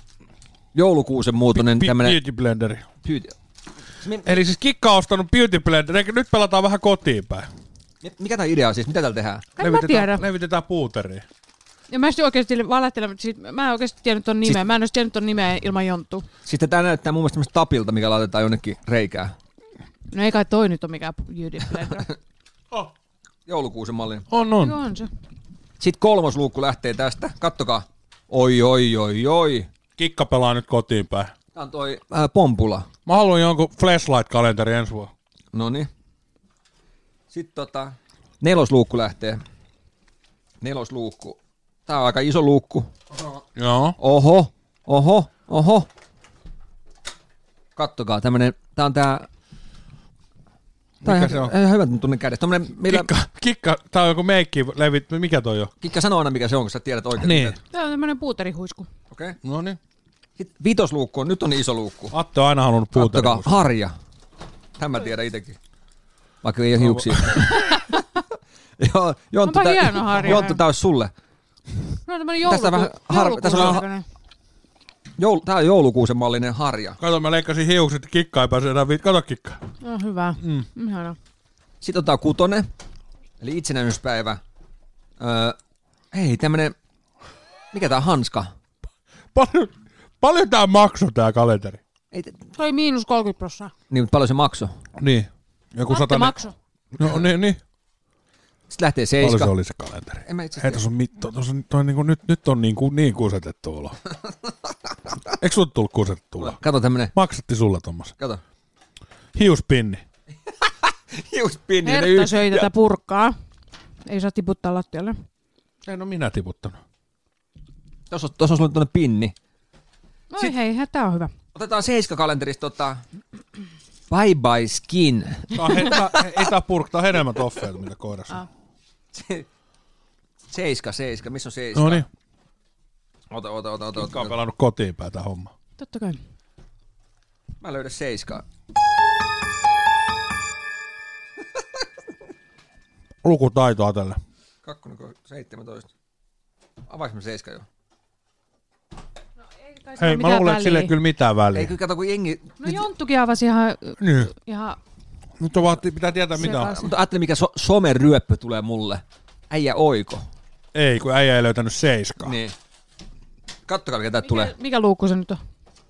Joulukuusen muutonen tämmönen... Beauty blenderi. Pyyti. Eli siis Kikka on ostanut beauty blender, eikä nyt pelataan vähän kotiin päin. Mikä tämä idea on siis? Mitä täällä tehdään? En mä tiedä. levitetään puuteriin. Ja mä en sit oikeesti valehtelen, mutta sit, mä en oikeesti tiennyt ton nimeä. Mä en olisi tiennyt ton nimeä ilman Jonttu. Sitten tämä Siis näyttää mun mielestä tämmöstä tapilta, mikä laitetaan jonnekin reikään. No ei kai toi nyt ole mikään beauty blender. Oh. Joulukuusen mallinen. On, on. Joo, on se. Sitten kolmas luukku lähtee tästä. Kattokaa. Oi, oi, oi, oi. Kikka pelaa nyt kotiin päin. Tämä on toi äh, pompula. Mä haluan jonkun flashlight-kalenteri ensi vuonna. No niin. Sitten tota, nelosluukku lähtee. Nelosluukku. Tää on aika iso luukku. Joo. Oho, oho, oho. Kattokaa, tämmönen, tää on tää... Tää Mikä ihan- se on? ihan hyvän tuntunen kädet. Tämmönen, millä... Kikka, kikka, tää on joku meikki levit, mikä toi on? Niin. Kikka sanoo aina, mikä se on, kun sä tiedät oikein. Tää on tämmönen puuterihuisku. Okei. Okay. No niin. Sitten vitosluukku on, nyt on iso luukku. Atte on aina halunnut puuteriin. Kattokaa, harja. Tämän mä tiedän itsekin. Vaikka ei ole hiuksia. Joo, Jonttu, Onpa tää- hieno harja. Jonttu, tää on sulle. No on tämmönen Tässä jouluku- vähän vähän har- tässä on vähän- Joul, tää on joulukuusen mallinen harja. Kato, mä leikkasin hiukset, kikka ei pääse enää viit. Kato kikka. No hyvä. Mm. Ihana. Sitten otetaan kutonen, eli itsenäisyyspäivä. Öö, hei, tämmönen, mikä tää on, hanska? Paljon, paljon tää maksoi tää kalenteri? Ei, t- Se oli miinus 30 prossaa. niin, mutta paljon se makso. Niin. Joku Atte satanen. makso. No niin, niin. Sitten lähtee Paljon se seiska. oli se kalenteri? En mä itse Hei, asiassa- tuossa on mitto, tuossa on, toi, niin kuin, nyt, nyt on niin, kuin, niin kusetettu olo. Eikö sulle tullut kusetettu olo? Kato tämmönen, Maksatti sulle tommosen. kato. Hiuspinni. Hiuspinni. Niin, ne Hertta yksi- söi tätä purkkaa. Ei saa tiputtaa lattialle. En ole no minä tiputtanut. Tuossa on- tuossa on sulle tuonne pinni. Oi Sit... hei, hä, tää on hyvä. Otetaan seiska kalenterista tota, Bye Bye Skin. Tää on, he, tää, ei tää purk, tää on hedelmätoffeita, mitä koirassa on. Se- seiska, seiska, missä on seiska? No niin, Ota, ota, ota, ota. ota. Kikka on pelannut kotiin päin tää homma. Totta kai. Mä löydän seiskaa. Lukutaitoa tällä. Kakkonen kun 17. Avaisin mä seiska jo. Ei kai sillä Hei, ole mä mitään luulen, että sille ei väliä. kyllä mitään väliä. Ei kyllä kato kun jengi... No Jonttukin avasi ihan, Niin. ihan Nyt on vaan, pitää tietää mitä on. sekaisin. Mutta ajattelin mikä so- someryöppö tulee mulle. Äijä oiko. Ei, kun äijä ei löytänyt seiskaa. Niin. Kattokaa mikä tää tulee Mikä, mikä luukku se nyt on?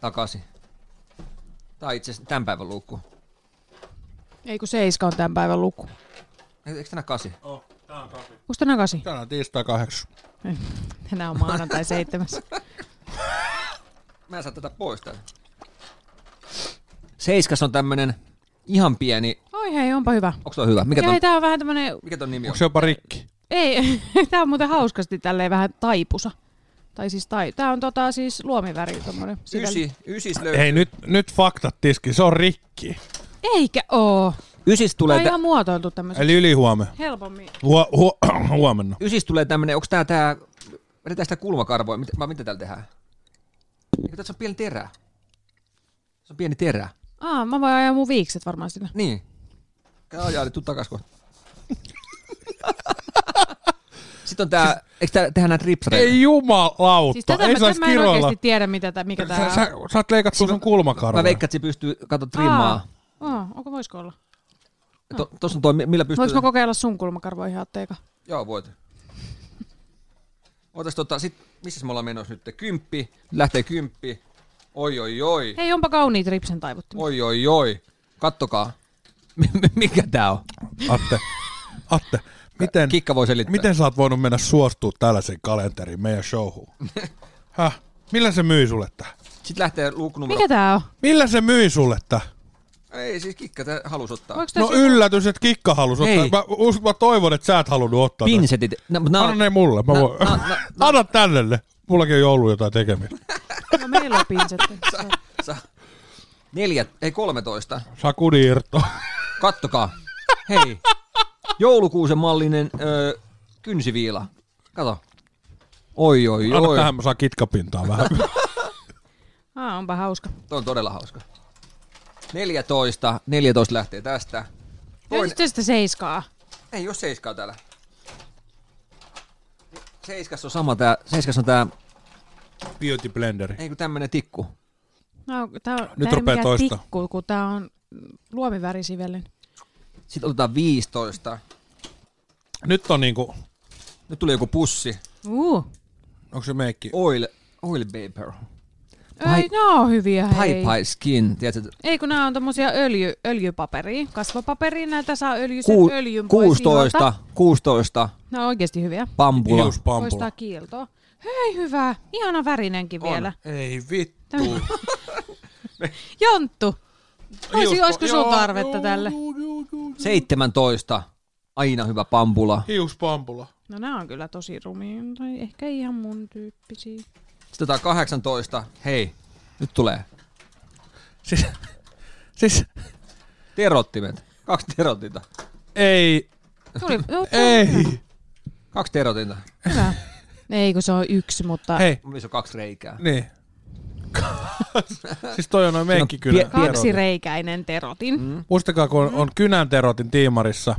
takaisin. Tää on itse asiassa tämän päivän luukku. Ei kun seiska on tämän päivän luku. Eikö tänä kasi? Oh, tää on kasi. Onko tänään kasi? Tänään on tiistai kahdeksan. Ei. Tänään on maanantai seitsemäs. Mä en saa tätä pois täältä. Seiskas on tämmönen ihan pieni... Oi hei, onpa hyvä. Onks toi hyvä? Mikä Ja ton, hei, tää on vähän tämmönen, mikä ton nimi on? Onko se jopa rikki? ei, tää on muuten hauskasti tälleen vähän taipusa. Tai siis tai, tää on tota siis luomiväri tommonen. Siväli- Ysi, ysis löytyy. Hei, nyt, nyt faktat tiski, se on rikki. Eikä oo. Ysis Tää tulee, on tä- ihan muotoiltu tämmösen. Eli yli huomenna. Helpommin. Huo, huo, huomenna. ysis tulee tämmönen, onks tää tää, vedetään sitä kulmakarvoa, mit, vai mitä täällä tehdään? Eikö tässä on pieni terä? Se on pieni terä. Aa, mä voin ajaa mun viikset varmaan sinne. Niin. Käy ajaa, niin tuu takas kohta. Sitten on tää, eikö tää tehdä näitä ripsareita? Ei jumalauta, Siis tätä ei mä, saisi tätä mä en kiroilla. oikeesti tiedä, mitä tää, mikä tää Sä, on. sä, sä oot leikattu sun Mä kulmakarvoja. veikkaan, että se pystyy, kato trimmaa. Aa, onko voisiko olla? To, tossa on toi, mi- millä pystyy. Voinko mä kokeilla sun kulmakarvoihin atteika? Joo, voit. Otas tota, sit, missä me ollaan menossa nyt? Kymppi, lähtee kymppi. Oi, oi, oi. Hei, onpa kauniit ripsen taivuttimia. Oi, oi, oi. Kattokaa. M- m- Mikä tää on? Atte, Atte, miten, Kikka voi selittää. miten sä oot voinut mennä suostua tällaisen kalenteriin meidän showhun? Häh? Millä se myi sulle tää? Sitten lähtee luukunumero. Mikä tää on? Millä se myi sulle tää? Ei siis Kikka tää halus ottaa. Voiko tässä No yllätys, että kikka halus ottaa. Ei. Mä, us, mä toivon, että sä et halunnut ottaa. tätä. Pinsetit. No, mut nää Anna on, ne mulle, mä voin. no, no, Anna tänne ne. Mullakin on jo ollut jotain tekemistä. No meillä on pinsetti. sa, neljä, ei 13. Sakudi irto. Kattokaa. Hei. Joulukuusen mallinen ö, kynsiviila. Kato. Oi, oi, Anna oi. tähän, mä saan kitkapintaa vähän. Aa, onpa hauska. Tuo on todella hauska. 14. 14 lähtee tästä. Ja Toinen. sitten sitä seiskaa. Ei ole seiskaa täällä. Seiskas on sama tää. Seiskas on tää Beauty blenderi. Ei kun tämmönen tikku. No, tää on, Nyt rupeaa tää ei ole mikään toista. tikku, kun tää on luomivärisivellin. Sitten otetaan 15. Nyt on niinku, Nyt tuli joku pussi. Uh. onko se meikki? Oil, oil paper. Ei, Pai- nää on hyviä, Pie hei. pie skin. Tiedätkö, Ei, kun nämä on tommosia öljy, öljypaperia, kasvopaperia, näitä saa öljyisen ku, öljyn pois 16, iholta. 16 Nämä on oikeasti hyviä. pampula. Hiuspampula. Poistaa kiiltoa. Hei, hyvä. Ihana värinenkin on. vielä. Ei vittu. Jonttu. Olisi, Hiuspa- olisiko sulla joo, tarvetta joo, tälle? joo, joo, joo. 17. Aina hyvä pampula. Hiuspampula. No nämä on kyllä tosi rumia, tai ehkä ei ihan mun tyyppisiä. Sitten otetaan 18. Hei, nyt tulee. Siis, siis Terottimet. Kaksi terotinta. ei, Tuli, no, tuli ei. Kaksi terotinta. hyvä. Ei, kun se on yksi, mutta Hei. Hei, Missä on kaksi reikää? niin. siis toi on noin meikki No, pie- kyllä. kaksi kaksi reikäinen terotin. Mm. Muistakaa, kun on, on kynän terotin tiimarissa,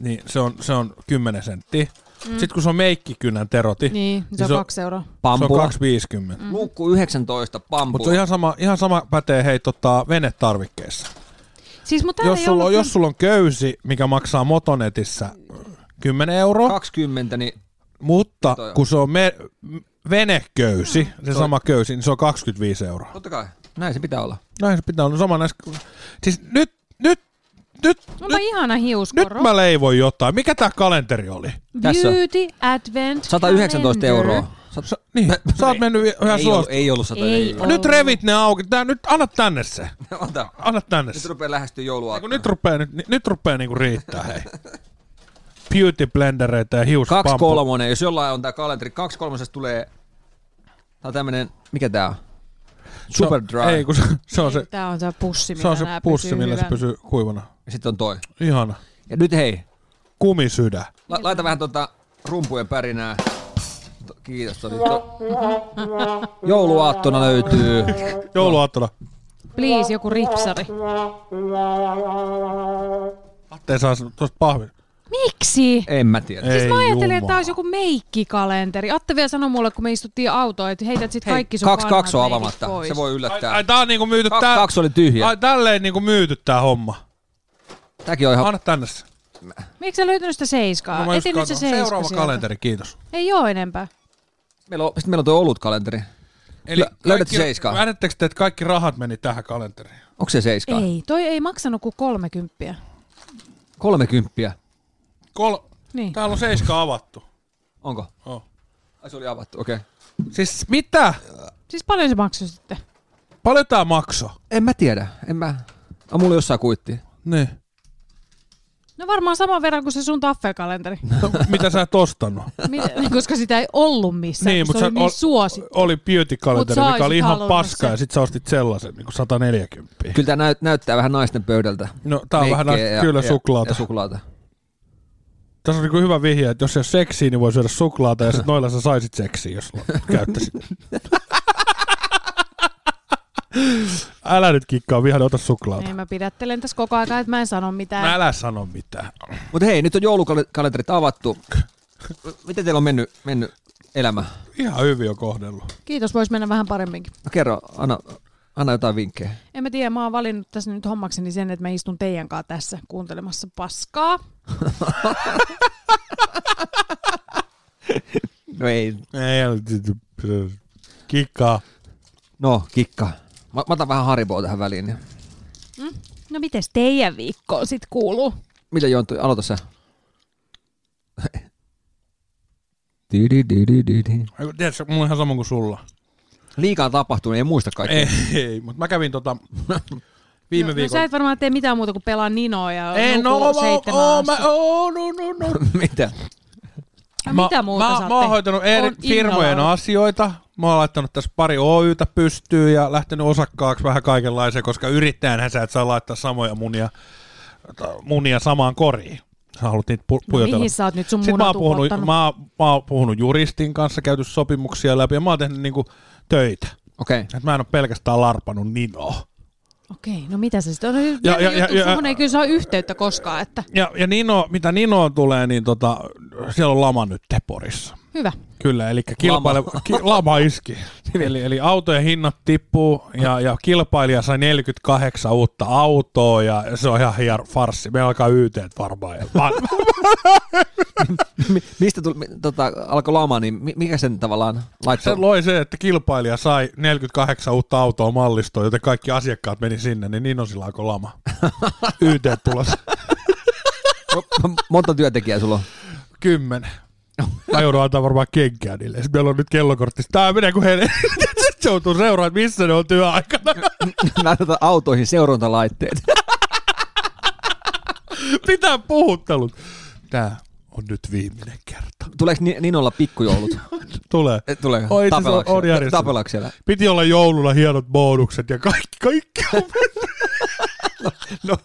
niin se on, se on 10 senttiä. Mm. Sitten kun se on meikkikynän teroti, niin. Niin, se on Se on- kaksi euroa. se on Pampula. 2,50. Mm. Lukku 19, Mutta se on pampula. ihan sama, ihan sama pätee hei tota, venetarvikkeissa. Siis, mutta täällä Jos ei sulla, on, ollut- jos sulla on köysi, mikä maksaa Motonetissä 10 euroa, 20, niin mutta Toi on. kun se on me, veneköysi, se sama köysi, niin se on 25 euroa. totta kai. Näin se pitää olla. Näin se pitää olla No sama näissä. Siis nyt, nyt, nyt, Onpa nyt, ihana nyt hiuskoro. mä leivoin jotain. Mikä tää kalenteri oli? Tässä on. Beauty Advent 119 calendar. euroa. Sat- Sä, niin, sä oot mennyt vi- ihan ei, ollut, suosta. ei ollut 100. Ei Ei. ollut. Nyt revit ne auki. Tää, nyt anna tänne se. Ota. Anna tänne Nyt se. rupeaa lähestyä joulua. Kun nyt rupee, nyt, nyt rupee niinku riittää, hei. Beauty blendereitä ja hiuspampu. Kaksi kolmonen, jos jollain on tämä kalenteri, kaksi kolmosesta tulee, tää on tämmönen, mikä tää on? Se on- Superdry. Ei, kun se, se on se, Tää on se pussi, millä se, on se nää pussi, pysyy millä se hyvänä. pysyy kuivana. Ja sitten on toi. Ihana. Ja nyt hei, Kumisydä. la- laita vähän tota rumpujen pärinää. To- Kiitos tosi. To- Jouluaattona löytyy. Jouluaattona. Please, joku ripsari. Atte saa sen tuosta pahvin. Miksi? En mä tiedä. Ei Siis mä ajattelin, jumala. että tää olisi joku meikkikalenteri. Atte vielä sanoi mulle, kun me istuttiin autoon, että heität sit kaikki sun kaksi vanhat kaksi on meikit avaamatta. pois. Se voi Ai, yllättää. ai tää on niinku myyty Kaksi, tää. kaksi oli tyhjä. Ai tälleen niinku myyty tää homma. Tämäkin on ihan... Anna tänne se. Miksi sä löytynyt sitä seiskaa? mä No, just Etin nyt se katson. seiska Seuraava sieltä. kalenteri, kiitos. Ei oo enempää. Meillä on, sit meillä on tuo olutkalenteri. Lö- löydätkö kaikki- seiskaa? Väitättekö te, että kaikki rahat meni tähän kalenteriin? Onko se seiska? Ei, toi ei maksanut kuin 30. Kolmekymppiä. Kol... Niin. Täällä on seiska avattu. Onko? Oh. Ai se oli avattu, okei. Okay. Siis mitä? Siis paljon se maksoi sitten? Paljon tää makso? En mä tiedä. En mä... On mulla jossain kuitti. Niin. No varmaan saman verran kuin se sun taffelkalenteri, No, mitä sä et ostanut? Mi- koska sitä ei ollut missään, niin, mut kun se oli niin suosittu. oli beauty Mut kalenteri, sä mikä oisit oli ihan halunnut paska sen. ja sit sä ostit sellaisen, niinku 140. Kyllä tämä näyt, näyttää vähän naisten pöydältä. No tää on vähän Meikkiä näistä, kyllä Ja suklaata. suklaata. Tässä on niinku hyvä vihje, että jos ei ole seksiä, niin voi syödä suklaata ja sit noilla sä saisit seksiä, jos la- käyttäisit. Älä nyt kikkaa, vihan ota suklaata. Ei, Niin, mä pidättelen tässä koko ajan, että mä en sano mitään. Älä sano mitään. Mutta hei, nyt on joulukalenterit avattu. Miten teillä on mennyt, mennyt elämä? Ihan hyvin on kohdellut. Kiitos, vois mennä vähän paremminkin. No kerro, anna, anna jotain vinkkejä. En mä tiedä, mä oon valinnut tässä nyt hommakseni sen, että mä istun teidän kanssa tässä kuuntelemassa paskaa. No ei. Ei, kikkaa. No, kikka. Mä, mä otan vähän hariboa tähän väliin. niin. No mites teidän viikko sit kuuluu? Mitä Jonttu, aloita sä. Di-di-di-di-di-di. Ai, kun Tiedätkö, mulla on ihan sama kuin sulla. Liikaa tapahtuu, niin ei muista kaikkea. Ei, ei mutta mä kävin tota viime no, No viikolla. sä et varmaan tee mitään muuta kuin pelaa Ninoa ja Ei, no, nukuu oo, seitsemän oo, asti. mä, oo, no, no, no. Mitä? Ja No, mitä muuta mä, sä oot mä oon tehnyt? hoitanut eri Oon firmojen innolla. asioita. Mä oon laittanut tässä pari Oytä pystyyn ja lähtenyt osakkaaksi vähän kaikenlaiseen, koska yrittäjänhän sä et saa laittaa samoja munia, ta- munia samaan koriin. Sä haluat niitä pu- No, pujotella. mihin sä oot nyt sun Sitten mä oon, munat puhunut, upottanut? mä, oon- mä oon puhunut juristin kanssa, käyty sopimuksia läpi ja mä oon tehnyt niinku töitä. Okei. Okay. Et mä en ole pelkästään larpanut ninoa. Okei, no mitä se sitten on? Ja- Ja, ja- ja, ja- juttu, ja- suhun ei kyllä saa yhteyttä koskaan, että Ja, ja Nino, mitä Ninoon tulee, niin tota, siellä on lama nyt Teporissa. Hyvä. Kyllä, eli kilpaile, ki, lama iski. eli, eli autojen hinnat tippuu ja, ja kilpailija sai 48 uutta autoa ja se on ihan hier farsi. Me alkaa YT varmaan. Ja van- Mi- Mistä tuli, mi- tota, alkoi lama, niin mi- mikä sen tavallaan laittoi? se loi se, että kilpailija sai 48 uutta autoa mallistoon, joten kaikki asiakkaat meni sinne, niin niin on sillä alkoi lama. YT tulossa. Monta työntekijää sulla on? Kymmenen. Mä joudun antaa varmaan kenkää niille. Sitten meillä on nyt kellokortti. Tää menee kun he... Se joutuu seuraamaan, että missä ne on työaikana. Laitetaan tota, autoihin seurantalaitteet. Pitää puhuttelut. Tää on nyt viimeinen kerta. Tuleeko Ni- Ninolla pikkujoulut? Tulee. Eh, Tulee. Oi, siis on- Tapelaksi. on järjestetty. Tapelaksi siellä. Piti olla jouluna hienot bonukset ja kaikki, kaikki on No, no,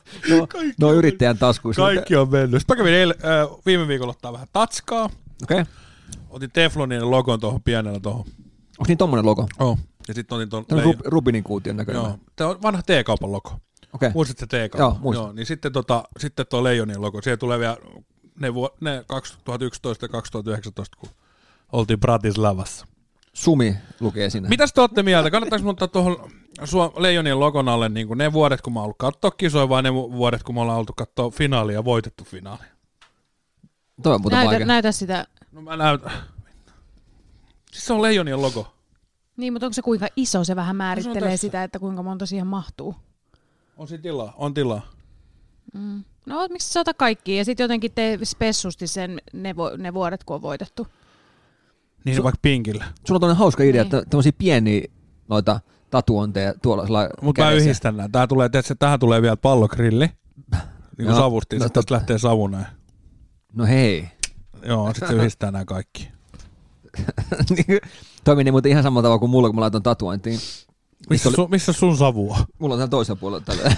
Kaikki no on- yrittäjän taskuissa. Kaikki on mennyt. Sitten mä kävin eil, äh, viime viikolla ottaa vähän tatskaa. Okei. Okay. Otin Teflonin logon tuohon pienellä tuohon. Onko niin tommonen logo? Oh. Ja sitten otin tuon Tämä on Rub- Rubinin kuution näköinen. Joo. Tämä on vanha T-kaupan logo. Okei. Muistatko T-kaupan? Joo, muistan. Joo, niin sitten, tota, sitten tuo Leijonien logo. Siihen tulee vielä ne, vu- ne 2011 ja 2019, kun oltiin Bratislavassa. Mm. Sumi lukee sinne. Mitäs te olette mieltä? Kannattaako mun ottaa tuohon sua Leijonien logon alle niin kuin ne vuodet, kun mä oon ollut katsoa kisoja, vai ne vu- vuodet, kun me ollaan oltu katsoa finaalia ja voitettu finaali? Toi on muuten Näytä, vaikea. näytä sitä. No mä näytän. Siis se on Leijonien logo. Niin, mutta onko se kuinka iso? Se vähän määrittelee tässä. sitä, että kuinka monta siihen mahtuu. On siinä tilaa, on tilaa. No, miksi sä ota kaikki? Ja sitten jotenkin tee spessusti sen ne, vo- ne vuodet, kun on voitettu. Niin Su- vaikka pinkillä. Sulla on toinen hauska idea, Niin. että tämmöisiä pieniä noita tatuointeja tuolla sillä Mutta mä kädessä. yhdistän nää. Tää tulee, tiedätkö, tähän tulee vielä pallokrilli. Niin kuin Joo. savustin, No no, tästä totta. lähtee savu näin. No hei. Joo, sit se yhdistää nämä kaikki. Niin, Toi menee muuten ihan samalla tavalla kuin mulla, kun mä laitan tatuointiin. Missä, sun, missä sun savu on? Mulla on täällä toisella puolella tällä.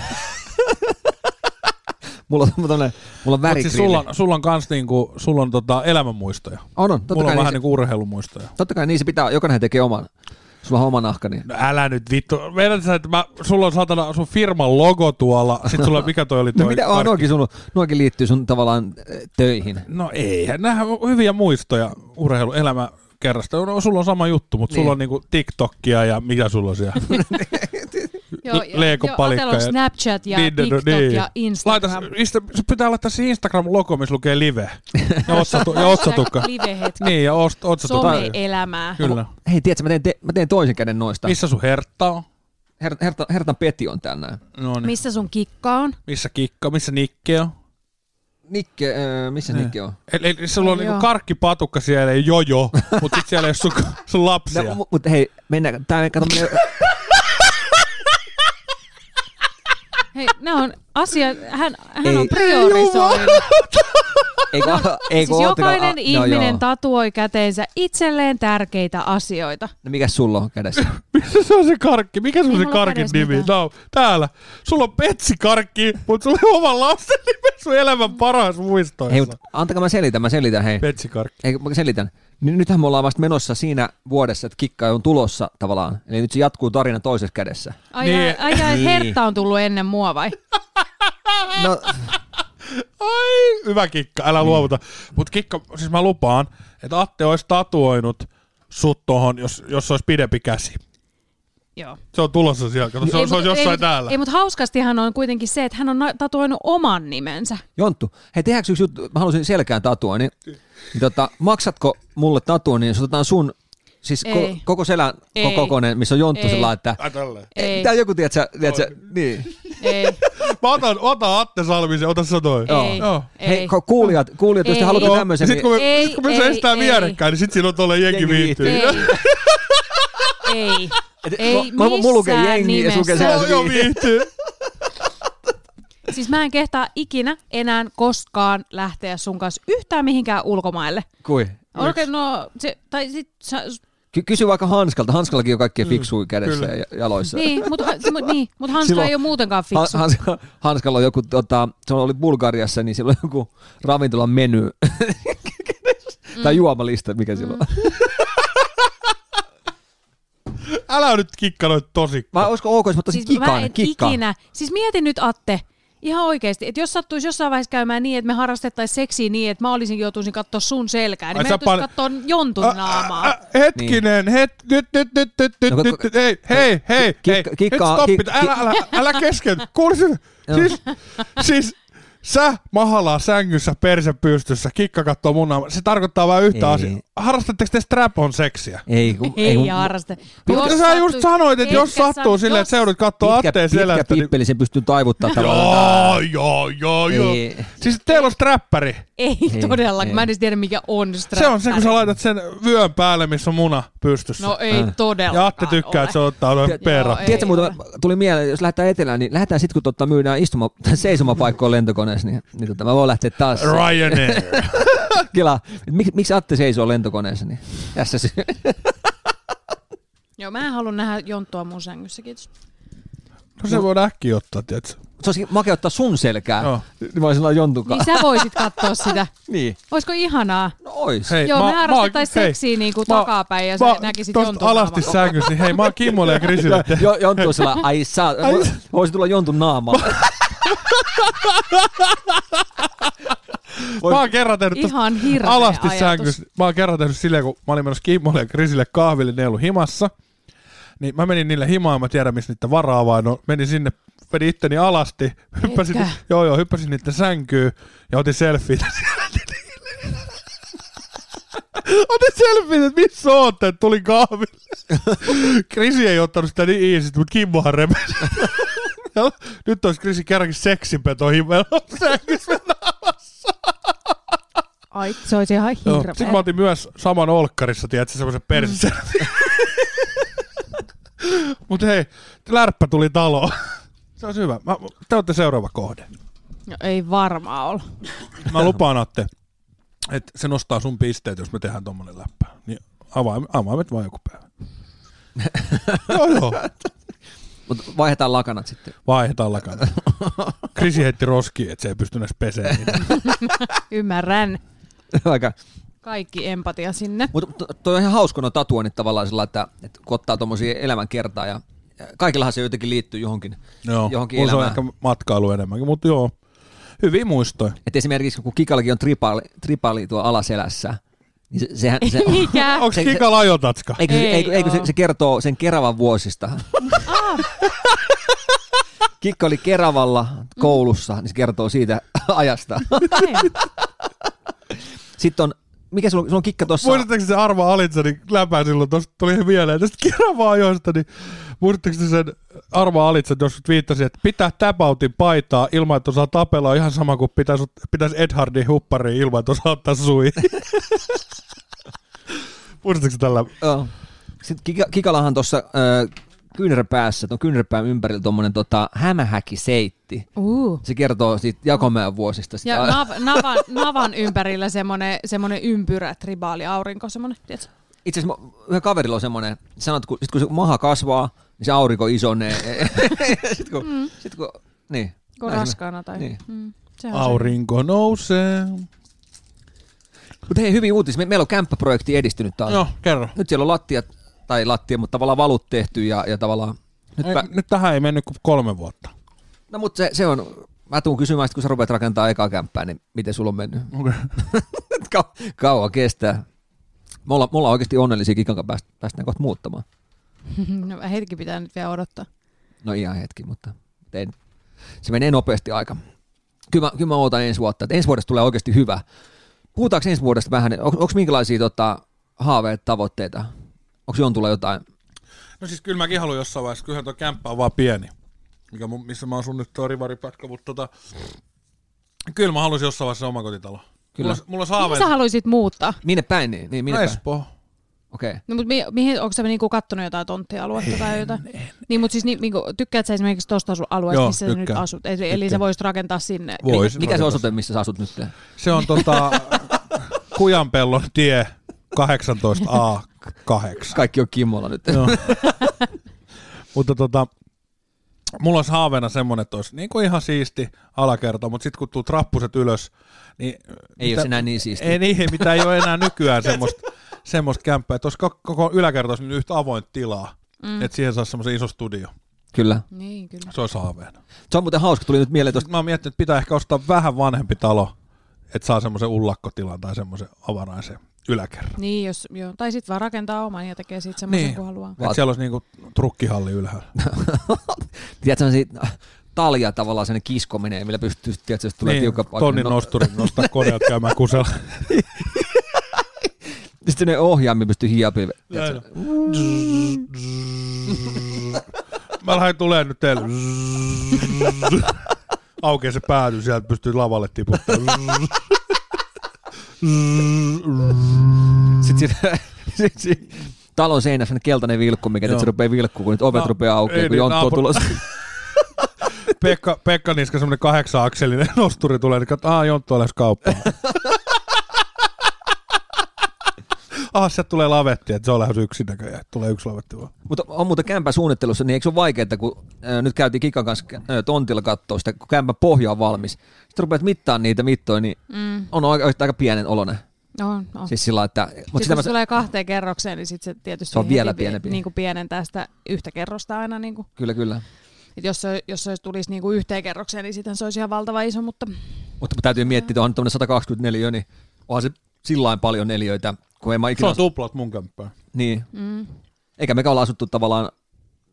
mulla on tommonen, mulla on Mut värikriili. Siis sulla on, sulla on kans niinku, sulla on tota elämänmuistoja. on, on, totta Mulla kai on vähän niin, se- niinku urheilumuistoja. Totta kai niin se pitää, jokainen tekee oman. Sulla on oma nahka, niin No älä nyt vittu. Meidän sä, että mä, sulla on saatana sun firman logo tuolla. Sit sulla, mikä toi oli toi? No mitä, oh, parkki- nuokin, sun, nuokin liittyy sun tavallaan eh, töihin. No ei, nämä on hyviä muistoja urheiluelämä kerrasta. No, sulla on sama juttu, mutta niin. Niin. sulla on niinku TikTokia ja mikä sulla on siellä? ja- Lego-palikka Joo, Atelan ja- Snapchat ja Niin, no, TikTok niin. ja Laita, Instagram. insta, sun pitää laittaa siihen Instagram-logo, missä lukee live. Ja, otsatu, ja otsatukka. Live-hetki. Niin, ja ost, otsatukka. Some-elämää. tota- Kyllä. Hei, tiedätkö, mä teen, te, mä teen toisen käden noista. Missä sun hertta on? Her, herta, hertan peti on täällä näin. No niin. Missä sun kikka on? Missä kikka, missä nikke on? Nikke, äh, missä Niin. Nikke on? Eli, eli sulla on Ai niinku joo. karkkipatukka siellä ja jojo, mutta sit siellä ei ole sun, sun lapsia. No, mu- mutta hei, mennään, tää kato, menee, Hei, ne on asia... Hän, hän Ei. on priorisoinut. eikö, eikö Siis ootteko- jokainen a- no ihminen joo. tatuoi käteensä itselleen tärkeitä asioita. No mikä sulla on kädessä? Missä se on se karkki? Mikä se on Ei se mulla karkin kädessä nimi? mitään. No, täällä. Sulla on Petsi-karkki, mutta sulla on oma lapsen nimi sun elämän paras muistoissa. Hei, mutta antakaa mä selitän, mä selitän, hei. Petsi-karkki. Ei, mä selitän. Ny- nythän me ollaan vasta menossa siinä vuodessa, että kikka on tulossa tavallaan. Eli nyt se jatkuu tarina toisessa kädessä. Ai, Niin. niin. ai, ai Niin. Hertta on tullut ennen mua vai? No, Ai, hyvä kikka, Niin. älä luovuta. Mutta kikka, siis mä lupaan, että Atte olisi tatuoinut sut tohon, jos, jos se olisi pidempi käsi. Joo. Se on tulossa siellä, kato, se, Ei, on, se on mut- jossain ei, mut- täällä. Ei, mutta hauskastihan on kuitenkin se, että hän on na- tatuoinut oman nimensä. Jonttu, hei tehdäänkö yksi juttu, mä haluaisin selkään tatua, niin, niin tota, maksatko mulle tatua, niin jos otetaan sun, siis ko- Ei. koko selän Ei. ko- kokoinen, missä on Jonttu Ei. sillä että Ai tälleen. Ei. Tää on joku, tiedätkö, tiedätkö niin. Ei, Mä otan, ota Atte Salmisen, ota sä toi. ei, Joo. Hei, ei. ko- kuulijat, kuulijat jos te Ei. haluatte Joo, tämmöisen, No, sit niin kun me, Ei, sit kun me ei, seistään ei. vierekkäin, niin sit siinä on tolleen jengi, Jengi viihtyy. ei, viihtyy. ei, Et- ei mä- mä- mulla lukee missään jengi ja sun nimessä. käsillä- Joo, joo, viihtyy. Siis mä en kehtaa ikinä enää koskaan lähteä sun kanssa yhtään mihinkään ulkomaille. kui. Okei, no, se, tai sit, sä, Ky- kysy vaikka Hanskalta, Hanskallakin on kaikkea fiksui kädessä Mm. kyllä. ja jaloissa. niin, mutta mut, niin, mut Hanska Silloin- ei ole muutenkaan Han- fiksu. Hans- Hanskalla on joku, tota, se oli Bulgariassa, niin sillä on joku ravintolan menu. Mm. tai juomalista, mikä sillä on. Älä nyt kikka noit tosi. Vai olisiko ok, jos mä ottaisin Siis mä kikan, en kikka. ikinä. Siis mieti nyt Atte, Ihan oikeasti, että jos sattuisi jossain vaiheessa käymään niin, että me harrastettaisiin seksiä niin, että mä olisin joutuisin katsoa sun selkää, Ai niin sä mä pan... pan- katsoa jontun Ä, naamaa. ä, Hetkinen, het, nyt, nyt, nyt, nyt, nyt, No, nyt, kun- nyt, hei, hei, hei, ki- hei, nyt kikkaa- stoppi, ki- älä, älä, älä kesken, kuulisin, Joo. siis, siis, sä mahalaa sängyssä perse pystyssä, kikka kattoo mun naamaa. se tarkoittaa vain yhtä Ei. asiaa, harrastatteko te strap on seksiä? Ei, kun, Ei, kun ei harraste. Mutta sä just sanoit, että jos sattuu silleen, että seurat kattoo pitkä, atteen pitkä selästä, niin pippeli, sen pystyy taivuttaa tavallaan. joo, joo, joo, joo. Ei. Siis teillä on strappari. Ei, Ei, ei todellakaan, mä en ei. edes tiedä mikä on strap. Niin, Se on se, kun sä laitat sen vyön päälle, missä on muna pystyssä. No ei Äh. todellakaan ja Atte tykkää, ole. että se ottaa noin Joo, perra. ei. Tiedätkö muuten, tuli mieleen, jos lähdetään etelään, niin lähdetään sitten, kun totta myydään istuma, tai seisomapaikkoja lentokoneessa, niin, niin tota, mä voin lähteä taas Ryanair. kelaa. Mik, miksi Atte seisoo lentokoneessa? Niin, tässä se. Joo, mä en halua nähdä jonttua mun sängyssä, kiitos. No se voi äkkiä ottaa, tiedätkö? Se olisi makea ottaa sun selkää. Joo. Niin mä olisin olla jontukaan. Niin sä voisit katsoa sitä. Niin. Olisiko ihanaa? No ois. Hei, Joo, mä- me mä- harrastettais hei, seksiä niinku mä- takapäin ja sä mä- näkisit tosta jontun alasti naaman. sängyssä, niin hei, mä oon Kimmolle ja Krisille. Jo, jontu on sillä, ai saa, voisi tulla jontun naamaan. Mä oon kerran tehnyt tosta Ihan hirveä alasti ajatus. sängyssä. Mä oon kerran tehnyt silleen, kun mä olin menossa Kimmolle ja Krisille kahville, ne ei ollut himassa. Niin mä menin niille himaan, mä tiedän missä niitä varaa vaan on. Menin sinne, vedin itteni alasti, hyppäsin, Etkä. joo joo, hyppäsin niiden sänkyyn ja otin selfieitä siellä. Otin selfieitä, että missä ootte, että tulin kahville. Krisi ei ottanut sitä niin iisisti, mutta Kimmohan repesi. Nyt olisi Krisi kerrankin seksipeto himeellä sängyssä. Ai, se olisi ihan Joo. Sitten mä hirveä. otin myös saman olkkarissa, tiedätkö, semmoisen persen. Mut hei, lärppä tuli taloon. Se on hyvä. Mä, te olette seuraava kohde. No, ei varmaan olla. Mä lupaan, Atte, että se nostaa sun pisteet, jos me tehdään tommonen läppä. Niin avaim, avaimet vaan joku päivä. joo, joo. Mutta vaihdetaan lakanat sitten. Vaihdetaan lakana. Krisi heitti roskiin, että se ei pystynyt edes peseen. Ymmärrän. Aika. Kaikki empatia sinne. Mutta toi on ihan hauska no tatuoinnit tavallaan sillä, että, että kun ottaa tuommoisia elämänkertaa ja ja kaikillahan se jotenkin liittyy johonkin, Joo, johonkin mulla se on elämään. ehkä matkailu enemmänkin, mutta joo. Hyviä muistoja. Et esimerkiksi kun kikallakin on tripali, tripali tuo alaselässä, niin se, sehän... Se, Mikä? Onko Se- se- Kikalla ajotatska? Eikö, se, Ei Ah. eikö, eikö se, oo. se kertoo sen Keravan vuosista? Kikka oli Keravalla koulussa, niin se kertoo siitä ajasta. Näin. Sitten on, mikä sulla, on- sulla on kikka tuossa? Muistatteko se Arva Alitsanin läpää silloin, tuosta tuli mieleen tästä keravaa ajoista, niin muistatteko te sen Arva Alitsan, jos viittasi, että pitää täpautin paitaa ilman, että osaa tapella, on ihan sama kuin pitäisi, pitäisi Edhardin huppariin ilman, että osaa ottaa sui. Muistatteko te tällä? Joo. Sitten kika, Kikallahan tuossa äh, kyynärpäässä, tuon kyynärpään ympärillä tuommoinen tota, hämähäkiseitti. Uu. Se kertoo siitä Jakomäen vuosista. Sitä, Ja nav, navan, navan ympärillä semmonen, semmonen ympyrä, tribaali aurinko, semmonen, tiedätkö? Itse asiassa mä- yhden kaverilla on semmoinen, sanot, kun, sit kun se maha kasvaa, niin se aurinko isonee. sitten kun, mm. sit kun, niin. Kun Näin se- raskaana tai... Niin. Mm, se Ah. on se. Aurinko nousee. Mutta hei, hyvin uutis. Me, meillä on kämppäprojekti edistynyt taas. Joo, kerro. Nyt siellä on lattiat, tai lattia, mutta tavallaan valut tehty ja, ja tavallaan... Nyt Ei, mä, nyt tähän ei mennyt kuin kolme vuotta. no mutta se, se on... Mä tuun kysymään, sit kun sä rupeat rakentaa ekaa kämppää, niin miten sulla on mennyt? Okay. Kau, kauan kestää. Me ollaan, me ollaan oikeasti onnellisia Kikan kanssa päästä, päästään kohta muuttamaan. No hetki pitää nyt vielä odottaa. No ihan hetki, mutta tein. se menee nopeasti aika. Kyllä mä, kyllä mä ootan ensi vuotta, että ensi vuodesta tulee oikeasti hyvä. Puhutaanko ensi vuodesta vähän, onko minkälaisia tota, haaveita, tavoitteita? Onko Jontulla jotain? No siis kyllä mäkin haluan jossain vaiheessa, kyllähän tuo kämppä on vaan pieni, mikä mun, missä mä asun nyt tuo rivaripätkä, mutta tota, kyllä mä haluaisin jossain vaiheessa omakotitalo. Kyllä. Mulla, olisi- mulla olisi Mihin sä haaveita. haluaisit muuttaa? Minne päin? Niin, niin minne No päin? Espoo. Okei. Okay. No, mutta mi- mihin, onko sä niinku kattonut jotain tonttialuetta tai jotain? En, niin, mutta siis ni, niinku, tykkäätkö sä esimerkiksi tosta sun alueesta, Joo, missä sä nyt tykkään. asut? Eli, eli sä Tykkään. voisit rakentaa sinne. Voi. Voisin Mikä se rakentaa osoite, missä sä asut nyt? Se on tota Kujanpellon tie 18A8. Kaikki on kimmolla nyt. Joo. mutta tota, mulla olisi haaveena semmonen, että olisi niin kuin ihan siisti alakerta, mutta sitten kun tuu trappuset ylös, niin... Ei ole enää niin siistiä. Ei niin, mitä ei ole enää nykyään semmoista, semmoista kämppää. Että olisi koko, koko yläkerta olisi nyt yhtä avointa tilaa, mm. että siihen saisi semmoisen iso studio. Kyllä. Niin, kyllä. Se olisi haaveena. Se on muuten hauska, tuli nyt mieleen tuosta. Mä oon miettinyt, että pitää ehkä ostaa vähän vanhempi talo, että saa semmoisen ullakkotilan tai semmoisen avaraisen yläkerran. Niin, jos, joo. tai sitten vaan rakentaa oman ja tekee siitä semmoisen Niin. niin. kuin haluaa. Vaat- Että siellä olisi niinku trukkihalli ylhäällä. Tiedätkö, sellaisia talja tavallaan sen kiskominen, millä pystyy, tiedätkö, jos tulee niin, tiukka paikka. tonnin no- nosturin nostaa koneet käymään kusella. Sitten ne ohjaamia pystyy hiapiin. tiedätkö? Mä lähden tulee nyt teille. Aukee se pääty, sieltä pystyy lavalle tiputtamaan. Mm. Sitten siinä, sit siinä talon seinässä on keltainen vilkku, mikä Joo. nyt se rupeaa vilkkuu, kun nyt ovet Na- rupeaa ei aukeaa, kun niin, Jonttu on naapur- tulossa. Pekka, Pekka Niska, semmoinen kahdeksanakselinen nosturi tulee, niin katsoo, aah, Jonttu on lähes kauppaan. ah, sieltä tulee lavetti, että se on lähes yksin näköjään. Tulee yksi lavetti vaan. Mutta on muuten kämpä suunnittelussa, niin eikö se ole vaikeaa, kun ää, nyt käytiin Kikan kanssa ää, tontilla katsoa sitä, kun kämpän pohja on valmis. Sitten rupeat mittaan niitä mittoja, niin Mm. on oikeasti aika pienen olonen. No, no. Siis sillä lailla, että... Mutta Sitten sitä mä, jos tulee kahteen kerrokseen, niin sitten se tietysti Se on vielä heti pienempi. Niin kuin pienentää sitä yhtä kerrosta aina. Niin kuin. kyllä, kyllä. Et jos, se, jos se olisi- tulisi niin kuin yhteen kerrokseen, niin sitten se olisi ihan valtava iso, mutta Mutta täytyy miettiä, että on tuommoinen 124, niin onhan se sillain paljon neliöitä, kun en mä Se ikinä... on tuplat mun kämppään. niin. mm. Eikä mekään olla asuttu tavallaan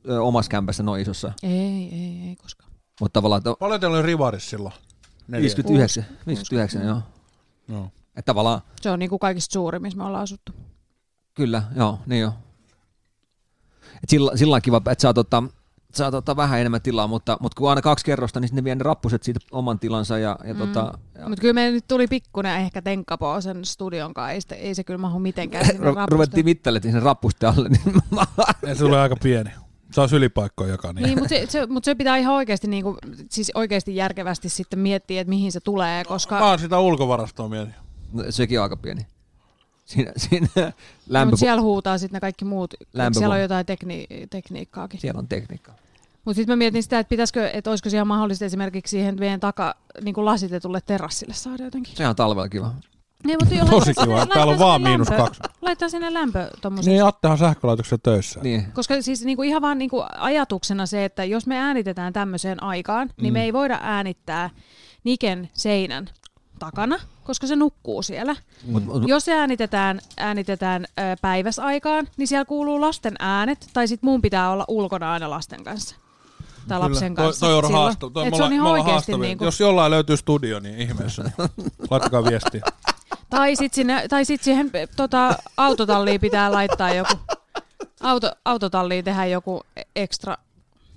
ö, omassa kämpässä noin isossa, ei, ei, ei koskaan. mutta tavallaan että Paljon teillä oli rivarissa silloin? Neljä. 59, 59 joo. Joo. Että tavallaan, Se on niin kuin kaikista suuri, missä me ollaan asuttu. kyllä, joo, niin joo. Et sillä, sillä on kiva, että saa, tota, saa tota vähän enemmän tilaa, mutta, mutta kun aina kaksi kerrosta, niin sitten ne vie ne rappuset siitä oman tilansa ja, ja mm. tota, ja Mutta kyllä me nyt tuli pikkuinen ehkä tenkkapoo sen studion kanssa. Ei, sitä, ei se kyllä mahu mitenkään sinne Eh, Ru- rapusta. ruvettiin mittailemaan sen rappusten alle, niin mä- Ja se tulee aika pieni. Saisi ylipaikkoja jakaa niin. Niin, mutta se, se, mut se pitää ihan oikeasti, niinku, siis oikeasti järkevästi sitten miettiä, että mihin se tulee, koska... Mä oon sitä niin- ulkovarastoa mieli. no, sekin on aika pieni. Siinä, siinä No, lämpö, mut siellä... siellä huutaa sitten ne kaikki muut, Lämpöpu- Lämpöpu. siellä on jotain tekni- tekniikkaakin. siellä on tekniikka. Mutta sitten mä mietin sitä, että pitäisikö, että olisiko siellä mahdollista esimerkiksi siihen meidän taka niin kuin lasitetulle terassille saada jotenkin. Sehän on talvella kiva. Niin, mutta jo, Tosi laitetaan kiva. sinne- Täällä on laitetaan vaan sinne miinus lämpö- kaksi. Laitetaan sinne lämpö tommoset. Niin Attehan sähkölaitoksessa töissä. Niin. Koska siis niinku ihan vaan niinku ajatuksena se, että jos me äänitetään tämmöiseen aikaan, Mm. niin me ei voida äänittää Niken seinän takana, koska se nukkuu siellä. Mut, mut, Jos se äänitetään, äänitetään ö, päiväsaikaan, niin siellä kuuluu lasten äänet, tai sitten muun pitää olla ulkona aina lasten kanssa. Tai lapsen Toi, kanssa. toi on silloin. haasto. Toi, Et me se on ollaan- ihan me ollaan oikeasti haastavia. niinku. Jos jollain löytyy studio, niin ihmeessä. niin Laittakaa viestiä. Tai sitten sit siihen eh, tota, autotalliin pitää laittaa joku, auto, autotalliin tehdä joku ekstra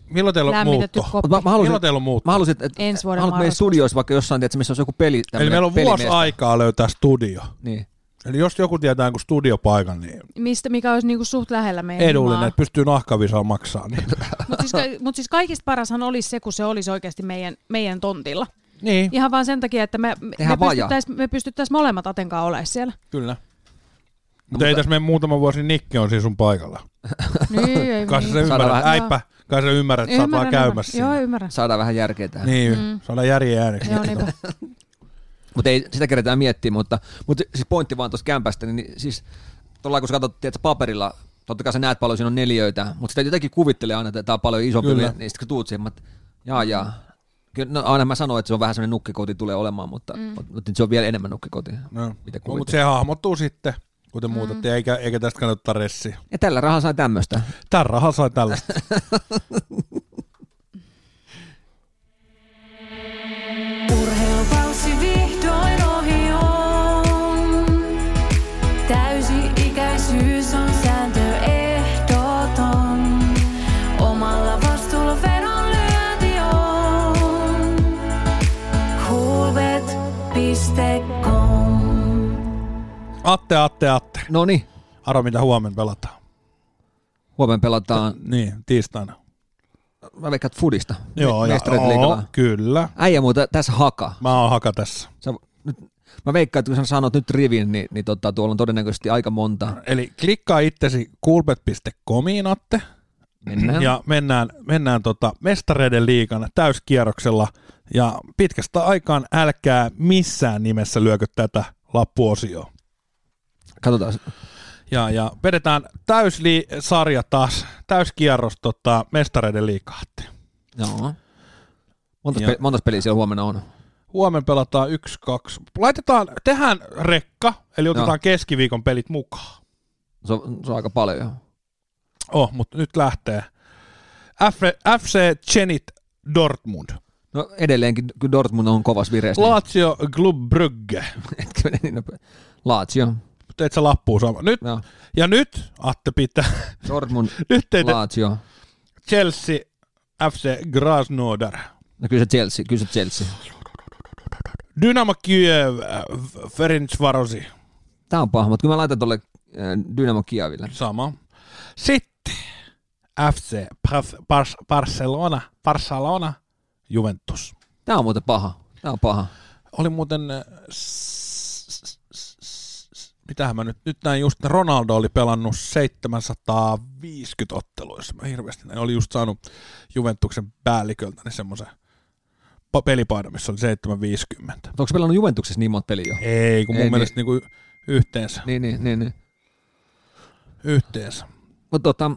Milloin teillä on lämmitetty muutto? mut mä, koppi. mä halusin, Milloin teillä on muutto? Mä halusin, että Ensi vuoden mä haluan, että meidän marraskuussa. studioissa vaikka jossain, tiedätkö, missä on joku peli. Eli tämmönen meillä on vuosi pelimiestä. aikaa löytää studio. Niin. Eli jos joku tietää jonkun studiopaikan, niin Mistä, mikä olisi niinku suht lähellä meidän edullinen, että pystyy nahkavisaa maksaa. Niin, Mutta siis, ka- mut siis kaikista parashan olisi se, kun se olisi oikeasti meidän, meidän tontilla. niin Ihan vaan sen takia, että me, me, Tehdään vajaa. pystyttäis- me pystyttäisiin molemmat Atenkaan olemaan siellä. kyllä. Mutta ei tässä mene muutama vuosi, niin Nikki on siinä sun paikalla. Niin, ei, Kai sä niin. sen ymmärrät, vähän- äippä, kai sä ymmärrät, että sä oot vaan Ymmärrän, käymässä ymmärrän. Joo, siinä. ymmärrän. Saadaan vähän järkeä tähän. Niin. Niin, Mm. saadaan järjen ääni. Joo, niin niinpä. Mutta ei sitä keretään miettiä, mutta, mutta siis pointti vaan tuosta kämpästä, niin siis tuolla kun sä katsot tiedätkö, paperilla, totta kai sä näet paljon, siinä on neljöitä, mutta sitä jotenkin kuvittelee aina, että tämä on paljon isompi, Kyllä. Kyllä. niin sitten kun tuut siihen, mä oot, jaa jaa. Kyllä, no, aina mä sanoin, että se on vähän semmoinen nukkikoti tulee olemaan, mutta, mm. mutta, mutta se on vielä enemmän nukkikoti. No, Mitä no, mutta kuvittelee. se hahmottuu sitten, kun te mm. muutatte, eikä, eikä tästä kannata ottaa ressiä. Ja tällä rahalla sai tämmöistä. Tän rahan sai tällaista. Urheilukausi vihdoin ohi on. Täysi-ikäisyys on sääntö ehdoton. Omalla vastuulla vedon lyönti on. Coolbet.com Atte, Atte, Atte. No niin, Aro, mitä huomenna pelataan? huomenna pelataan, Niin, tiistaina. mä veikkaan että Fudista. No. Joo, ja, Mestareiden joo liigalla. kyllä. Äijä muuta tässä haka. Mä oon haka tässä. Sä, nyt, mä veikkaan, että kun sä sanot nyt rivin, niin, niin tota, tuolla on todennäköisesti aika monta. Eli klikkaa itsesi kulpet.comiin, Atte. Mennään. Ja mennään, mennään tota mestareiden liikan täyskierroksella. Ja pitkästä aikaan älkää missään nimessä lyökö tätä lappuosioon. Katsotaan. Ja, ja vedetään täysli-sarja taas, täyskierros tota, mestareiden liikahti. Joo. Montas, Joo. pe- montas peliä siellä huomenna on? Huomenna pelataan yksi, kaksi. Laitetaan, tehdään rekka, eli otetaan Joo. keskiviikon pelit mukaan. Se on, se on aika paljon. joo. Oh, mutta nyt lähtee. F- FC Zenit Dortmund. No edelleenkin kyllä Dortmund on kovas vireessä. La- Lazio Club Brugge. Etkä mene niin nopea. Lazio. Teit sä lappuun sama. Nyt, Joo. ja nyt, Atte pitää, Dortmund, nyt teit Lazio. Chelsea FC Krasnodar. No kyllä se Chelsea, kyllä se Chelsea. Dynamo Kiev äh, Ferencvarosi. Tää on paha, mutta kyllä mä laitan tuolle Dynamo Kiaville. Sama. Sitten FC Pas- Pas- Barcelona, Barcelona Juventus. Tää on muuten paha. Tää on paha. Oli muuten... äh, s- s- s- s- s- Mitähän mä nyt, nyt näin just, Ronaldo oli pelannut 750 otteluissa. Mä hirveästi näin. Oli just saanut Juventuksen päälliköltä niin semmoisen pa- pelipaidan, missä oli 750. Mutta onko se pelannut Juventuksessa niin monta peliä jo? Ei, kun mun Ei, mielestä niinku y- yhteensä. Niin, niin, niin. niin. Yhteensä. Mutta tota,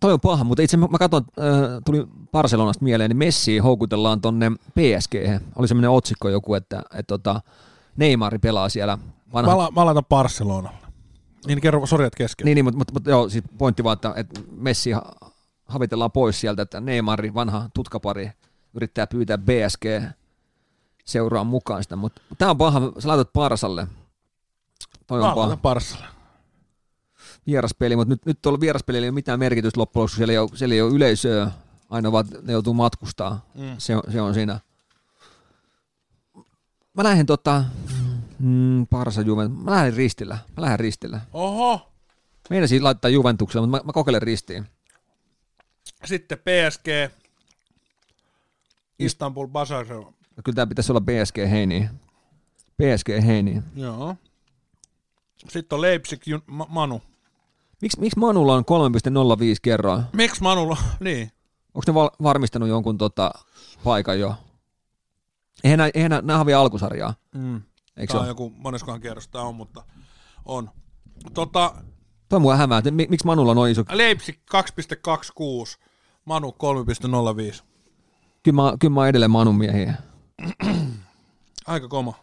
toi on paha, mutta itse mä, mä katson, äh, tuli Barcelonasta mieleen, niin Messi houkutellaan tonne PSG. Oli semmoinen otsikko joku, että et, tota, Neymar pelaa siellä. Vanha, Mä, la- mä laitan Barcelonalle. Niin kerro, sorjat kesken. Niin, niin mutta, mutta, mutta joo, siis pointti vaan, että, että Messi ha- havitellaan pois sieltä, että Neymari, vanha tutkapari, yrittää pyytää BSG seuraa mukaan sitä, mutta tämä on paha, sä laitat Parsalle. Toi on Mä paha laitan Barcelonalle. vieraspeli, mutta nyt, nyt tuolla vieraspelillä ei ole mitään merkitystä loppujen lopuksi, siellä ei ole, siellä ei ole yleisöä, aina vaan ne joutuu matkustaa. Mm. Se, on, se on siinä. Mä lähden tota, mm, Parsa Juven, mä lähden ristillä, mä lähden ristillä. Oho! Meinasin laittaa Juventukselle, mutta mä, mä kokeilen ristiin. Sitten PSG. Istanbul Basar. No Kyllä tämä pitäisi olla PSG Heini. PSG Heini. Joo. Sitten on Leipzig Jun- Ma- Manu. Miksi miks Manulla on 3,05 kerroin? Miksi Manulla? niin. Onko ne val- varmistanut jonkun tota, paikan jo? Eihän, nää- eihän nää- nää on vielä alkusarjaa, Mm. eikö se Tämä on ole? joku moneskohan kierros tämä on, mutta on. Tota, Toi mua hämää, että mi- miksi Manulla on noin iso? Leipzig 2.26, Manu 3.05. Kyllä mä, kyllä mä oon edelleen Manun miehiä. Aika koma.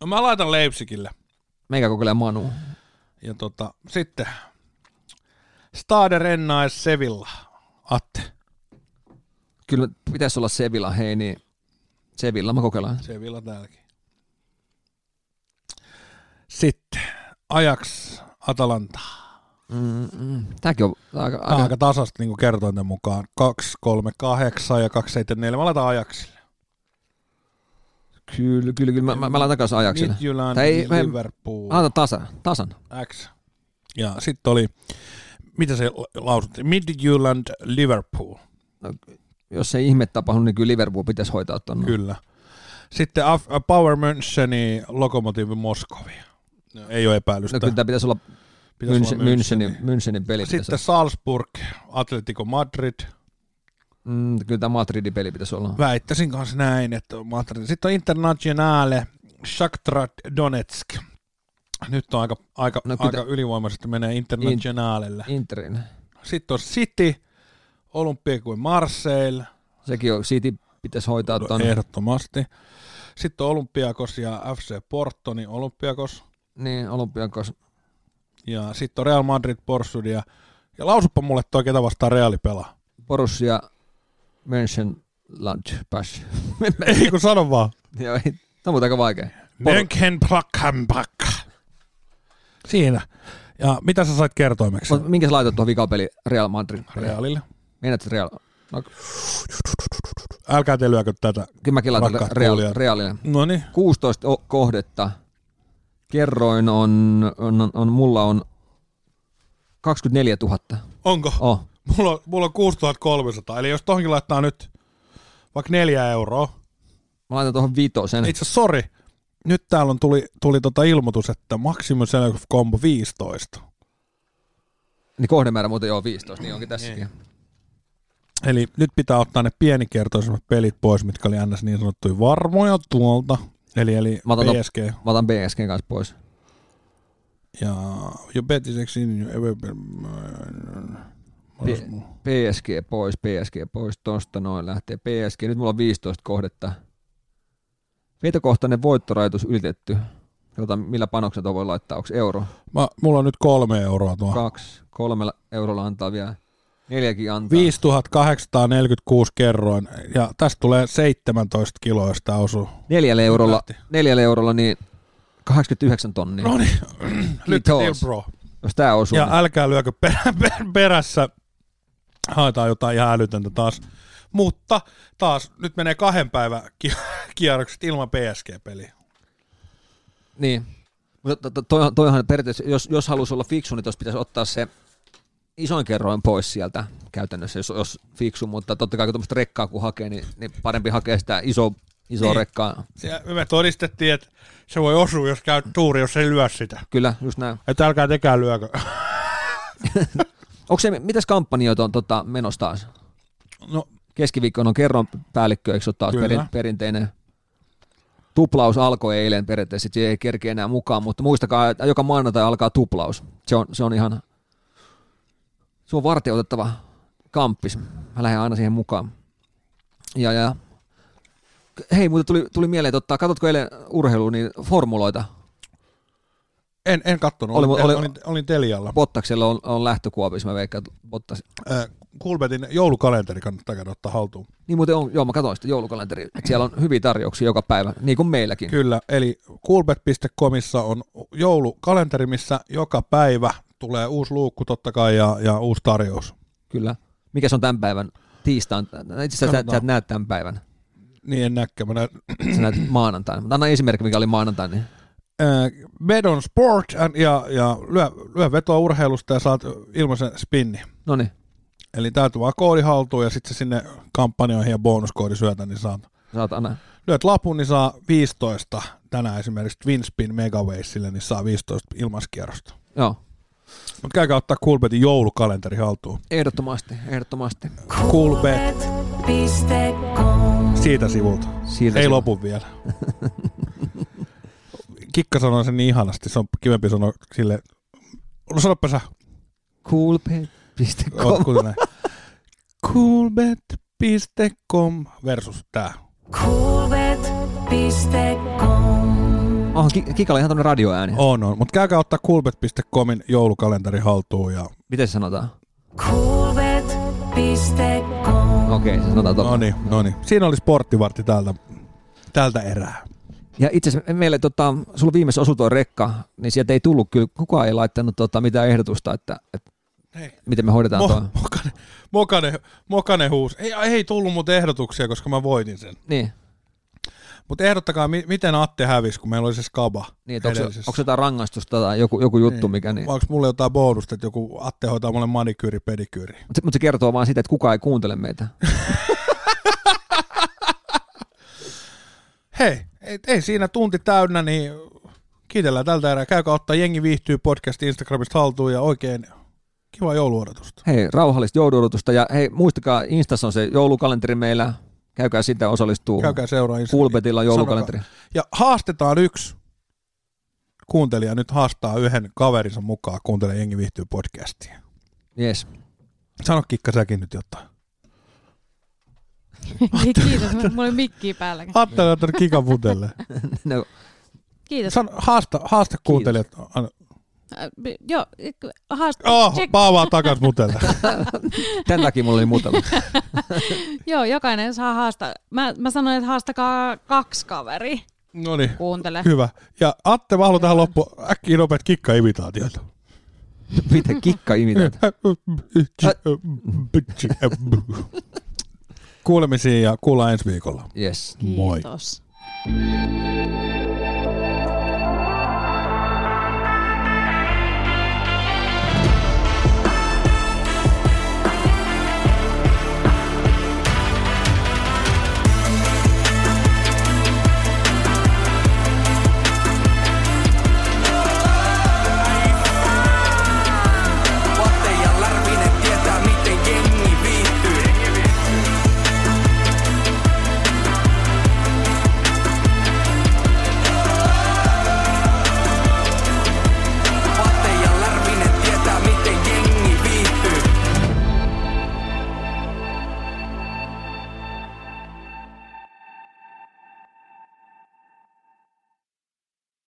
No mä laitan Leipzigille. Meikä kokeilee Manu. Ja tota, sitten Stade Rennais Sevilla. Atte. Kyllä pitäisi olla Sevilla Heini. Sevilla mä kokeillaan. Sevilla täälläkin. Sitten Ajax Atalanta. Mm-mm. Tääkin on aika... Aika, aika. aika tasasta niin kertointen mukaan. 238 ja 274. Mä laitan Ajaxille. Kyllä, kyllä, kyllä. Mä, mä, mä laitan takaisin ajaksille. Midtjylland, Tai ei- mä- Liverpool, Mä laitan tasan, tasan. X. Ja sitten oli, mitä se lausuttiin? Midtjylland, Liverpool. Jos ei ihme tapahdu, niin kyllä Liverpool pitäisi hoitaa tuonne. Kyllä. Sitten Af- äh, Power Müncheni, Lokomotiivi Moskovia. No, ei ole epäilystä. No kyllä tämä pitäisi olla Pitäisi München, olla Müncheni. Münchenin, Münchenin peli. Pitäisi Sitten olla. Salzburg, Atletico Madrid. Mm, kyllä tämä Madridin peli pitäisi olla. Väittäisin kanssa näin, että on Madrid. Sitten on Internationale, Shakhtar Donetsk. Nyt on aika, aika, No no, kyllä aika ylivoimaisesti menee Internationalelle. Interin. Sitten on City, Olympia kuin Marseille, no Sekin on, City pitäisi hoitaa tuonne. ehdottomasti. Sitten on Olympiakos ja FC Porto, niin Olympiakos. Niin, Olympiakos. Ja sitten on Real Madrid, Porsud ja, ja lausuppa mulle toi, ketä vastaan Reali pelaa. Borussia Mönchen Lunch Bash. Ei kun sano vaan. Joo, ei. Tämä on muuten aika vaikea. Mönkenplakkenbach. Siinä. Ja mitä sä sait kertoimeksi? Mut minkä sä laitat tuohon vikapeli Real Madrid? Realille. Meinaat Real? No, Älkää te lyökö tätä. kyllä mäkin laitan Rakkaat Real, kuulijat. Realille. No niin. 16 o- kohdetta. Kerroin on, on, on, on mulla on 24 000. Onko? Oh. Mulla, on, mulla on 6300. Eli jos tohonkin laittaa nyt vaikka neljä euroa. niin Mä laitan tuohon vitosen. Itse asiassa, sori. Nyt täällä on tuli, tuli tota ilmoitus, että Maximum Selekov Combo 15. Niin kohdemäärä muuten joo 15, niin onkin tässäkin. Eli nyt pitää ottaa ne pienikertoisemmat pelit pois, mitkä oli ns. niin sanottuja varmoja tuolta. Eli, eli Mä otan ton- PSG. Mä otan BSG kanssa pois. Ja jo petiseksi Pe- PSG pois, PSG pois, tosta noin lähtee PSG. Nyt mulla on 15 kohdetta. Viitokohtainen voittorajoitus ylitetty. Katsotaan, millä panokset voi laittaa, onko euro? Mä, mulla on nyt kolme euroa tuohon. Kaksi, kolmella eurolla antaa vielä, neljäkin antaa. 5846 kerroin ja tästä tulee 17 kiloista osu. Neljällä eurolla, Lähti. neljällä eurolla niin 89 tonnia. No niin, nyt Kiitos. deal, bro. Jos tää osuu, Ja ja, älkää lyökö perä, per, perässä. Haetaan jotain ihan älytöntä taas. Mutta taas nyt menee kahden päivän ki- kierrokset ilman PSG-peliä. niin. Mutta to- to- toihan, toihan periaatteessa, jos, jos haluaisi olla fiksu, niin tuossa pitäisi ottaa se isoin kerroin pois sieltä käytännössä, jos, jos fiksu, mutta totta kai kun tuommoista rekkaa kun hakee, niin, niin parempi hakea sitä iso, isoa Niin. niin. rekkaa. Ja me todistettiin, että se voi osua, jos käy tuuri, jos ei lyö sitä. Kyllä, just näin. Että älkää tekään lyökö. Onko se, mitäs kampanjoita on tota, menossa taas? No, Keskiviikkona on kerron päällikkö, eikö se ole taas Kyllä. perin, perinteinen? Tuplaus alkoi eilen periaatteessa, se ei kerkeä enää mukaan, mutta muistakaa, että joka maanantai alkaa tuplaus. Se on, se on ihan, se on varten otettava kamppis. Mä lähden aina siihen mukaan. Ja, ja. Hei, muuten tuli, tuli mieleen, että ottaa, katsotko eilen urheilu, niin formuloita. en, en kattonut. Oli- Olin, olin, oli- olin, olin Telialla. Bottaksella on, on lähtökuopissa, mä veikkaan, että Bottas. Äh, Kulbetin joulukalenteri kannattaa käydä ottaa haltuun. Niin muuten on, joo mä katsoin sitä joulukalenteria, että siellä on hyviä tarjouksia joka päivä, niin kuin meilläkin. Kyllä, eli kulbet.comissa on joulukalenteri, missä joka päivä tulee uusi luukku totta kai ja, ja uusi tarjous. Kyllä. Mikä se on tämän päivän? Tiistain. Itse asiassa sä, sä et näe tämän päivän. Niin en näkään. Mä näet, Sä näet maanantaina. Mutta anna esimerkki, mikä oli maanantaina. Niin. äh, Bedon Sport and- ja, ja lyö, lyö vetoa urheilusta ja saat ilmaisen spinni. No niin. Eli täytyy vaan koodi haltuun ja sitten se sinne kampanjoihin ja bonuskoodi syötä, niin saat. Saat anna. Lyöt lapun, niin saa 15 tänään esimerkiksi Twinspin Megawaysille, niin saa 15 ilmaiskierrosta. Joo. Mutta käykää ottaa Kulbetin joulukalenteri haltuun. Ehdottomasti, ehdottomasti. Kulbet Kulbet.com siitä sivulta. Siltä Ei se- lopu vielä. Kikka sanoi sen niin ihanasti, se on kivempi sanoa sille. No sanoppa sä, Coolpet.com. oot kuten näin. Coolbet.com versus tää. Kulbet.com Onhan Ki- Kikalla ihan tämmönen radioääni. Oh. On, on. Mutta käykää ottaa coolbet.comin joulukalenteri haltuun. Ja... Miten se sanotaan? Kulbet.com Okei, okay, se sanotaan No tuolla. niin, no niin. Siinä oli sporttivartti tältä, tältä erää. Ja itse asiassa meille, tota, sulla viimeisessä osui tuo rekka, niin sieltä ei tullut kyllä, kukaan ei laittanut tota, mitään ehdotusta, että, että Hei. miten me hoidetaan tuo. Mo- mokane, mokane, mokane huus. Ei, ei tullut muuten ehdotuksia, koska mä voitin sen. Niin. Mutta ehdottakaa, mi- miten Atte hävisi, kun meillä oli se skaba Niin, että onko, se, edellisessä. onko se jotain rangaistusta tai joku, joku juttu, Niin. mikä niin. Onko mulle jotain bonusta, että joku Atte hoitaa mulle manikyyri, pedikyyri? Mutta se, mut se kertoo vaan siitä, että kukaan ei kuuntele meitä. Hei, ei, ei siinä tunti täynnä, niin kiitellään tältä erää. Käykää ottaa Jengi viihtyy podcast Instagramista haltuun ja oikein kiva jouluodotusta. Hei, rauhallista jouluodotusta ja hei, muistakaa, Instassa on se joulukalenteri meillä. Käykää sitä osallistuu. Käykää seuraa Instagramia. Kulbetilla on joulukalenteri. Ja haastetaan yksi kuuntelija nyt haastaa yhden kaverinsa mukaan kuuntele Jengi viihtyy podcastia. Yes. Sano Kikka säkin nyt jotain. Ei, Kiitos, mulla- mulla oli mikkiä päällä. Atte on ottanut kikan putelle. No, Kiitos. Sano, haasta, haasta kuuntelijat. Anna- Äh, b- Joo, haast... Oh, check. paavaa takas putelle. tämän takia mulla oli muutama. Joo, jokainen saa haastaa. Mä, mä sanoin, että haastakaa kaksi kaveri. No niin. Kuuntele. Hyvä. Ja Atte, mä haluan tähän loppuun äkkiä nopeat kikka-imitaatioita. Miten kikka imitoit? Kuulemisiin ja kuullaan ensi viikolla. Yes. Moi. Kiitos.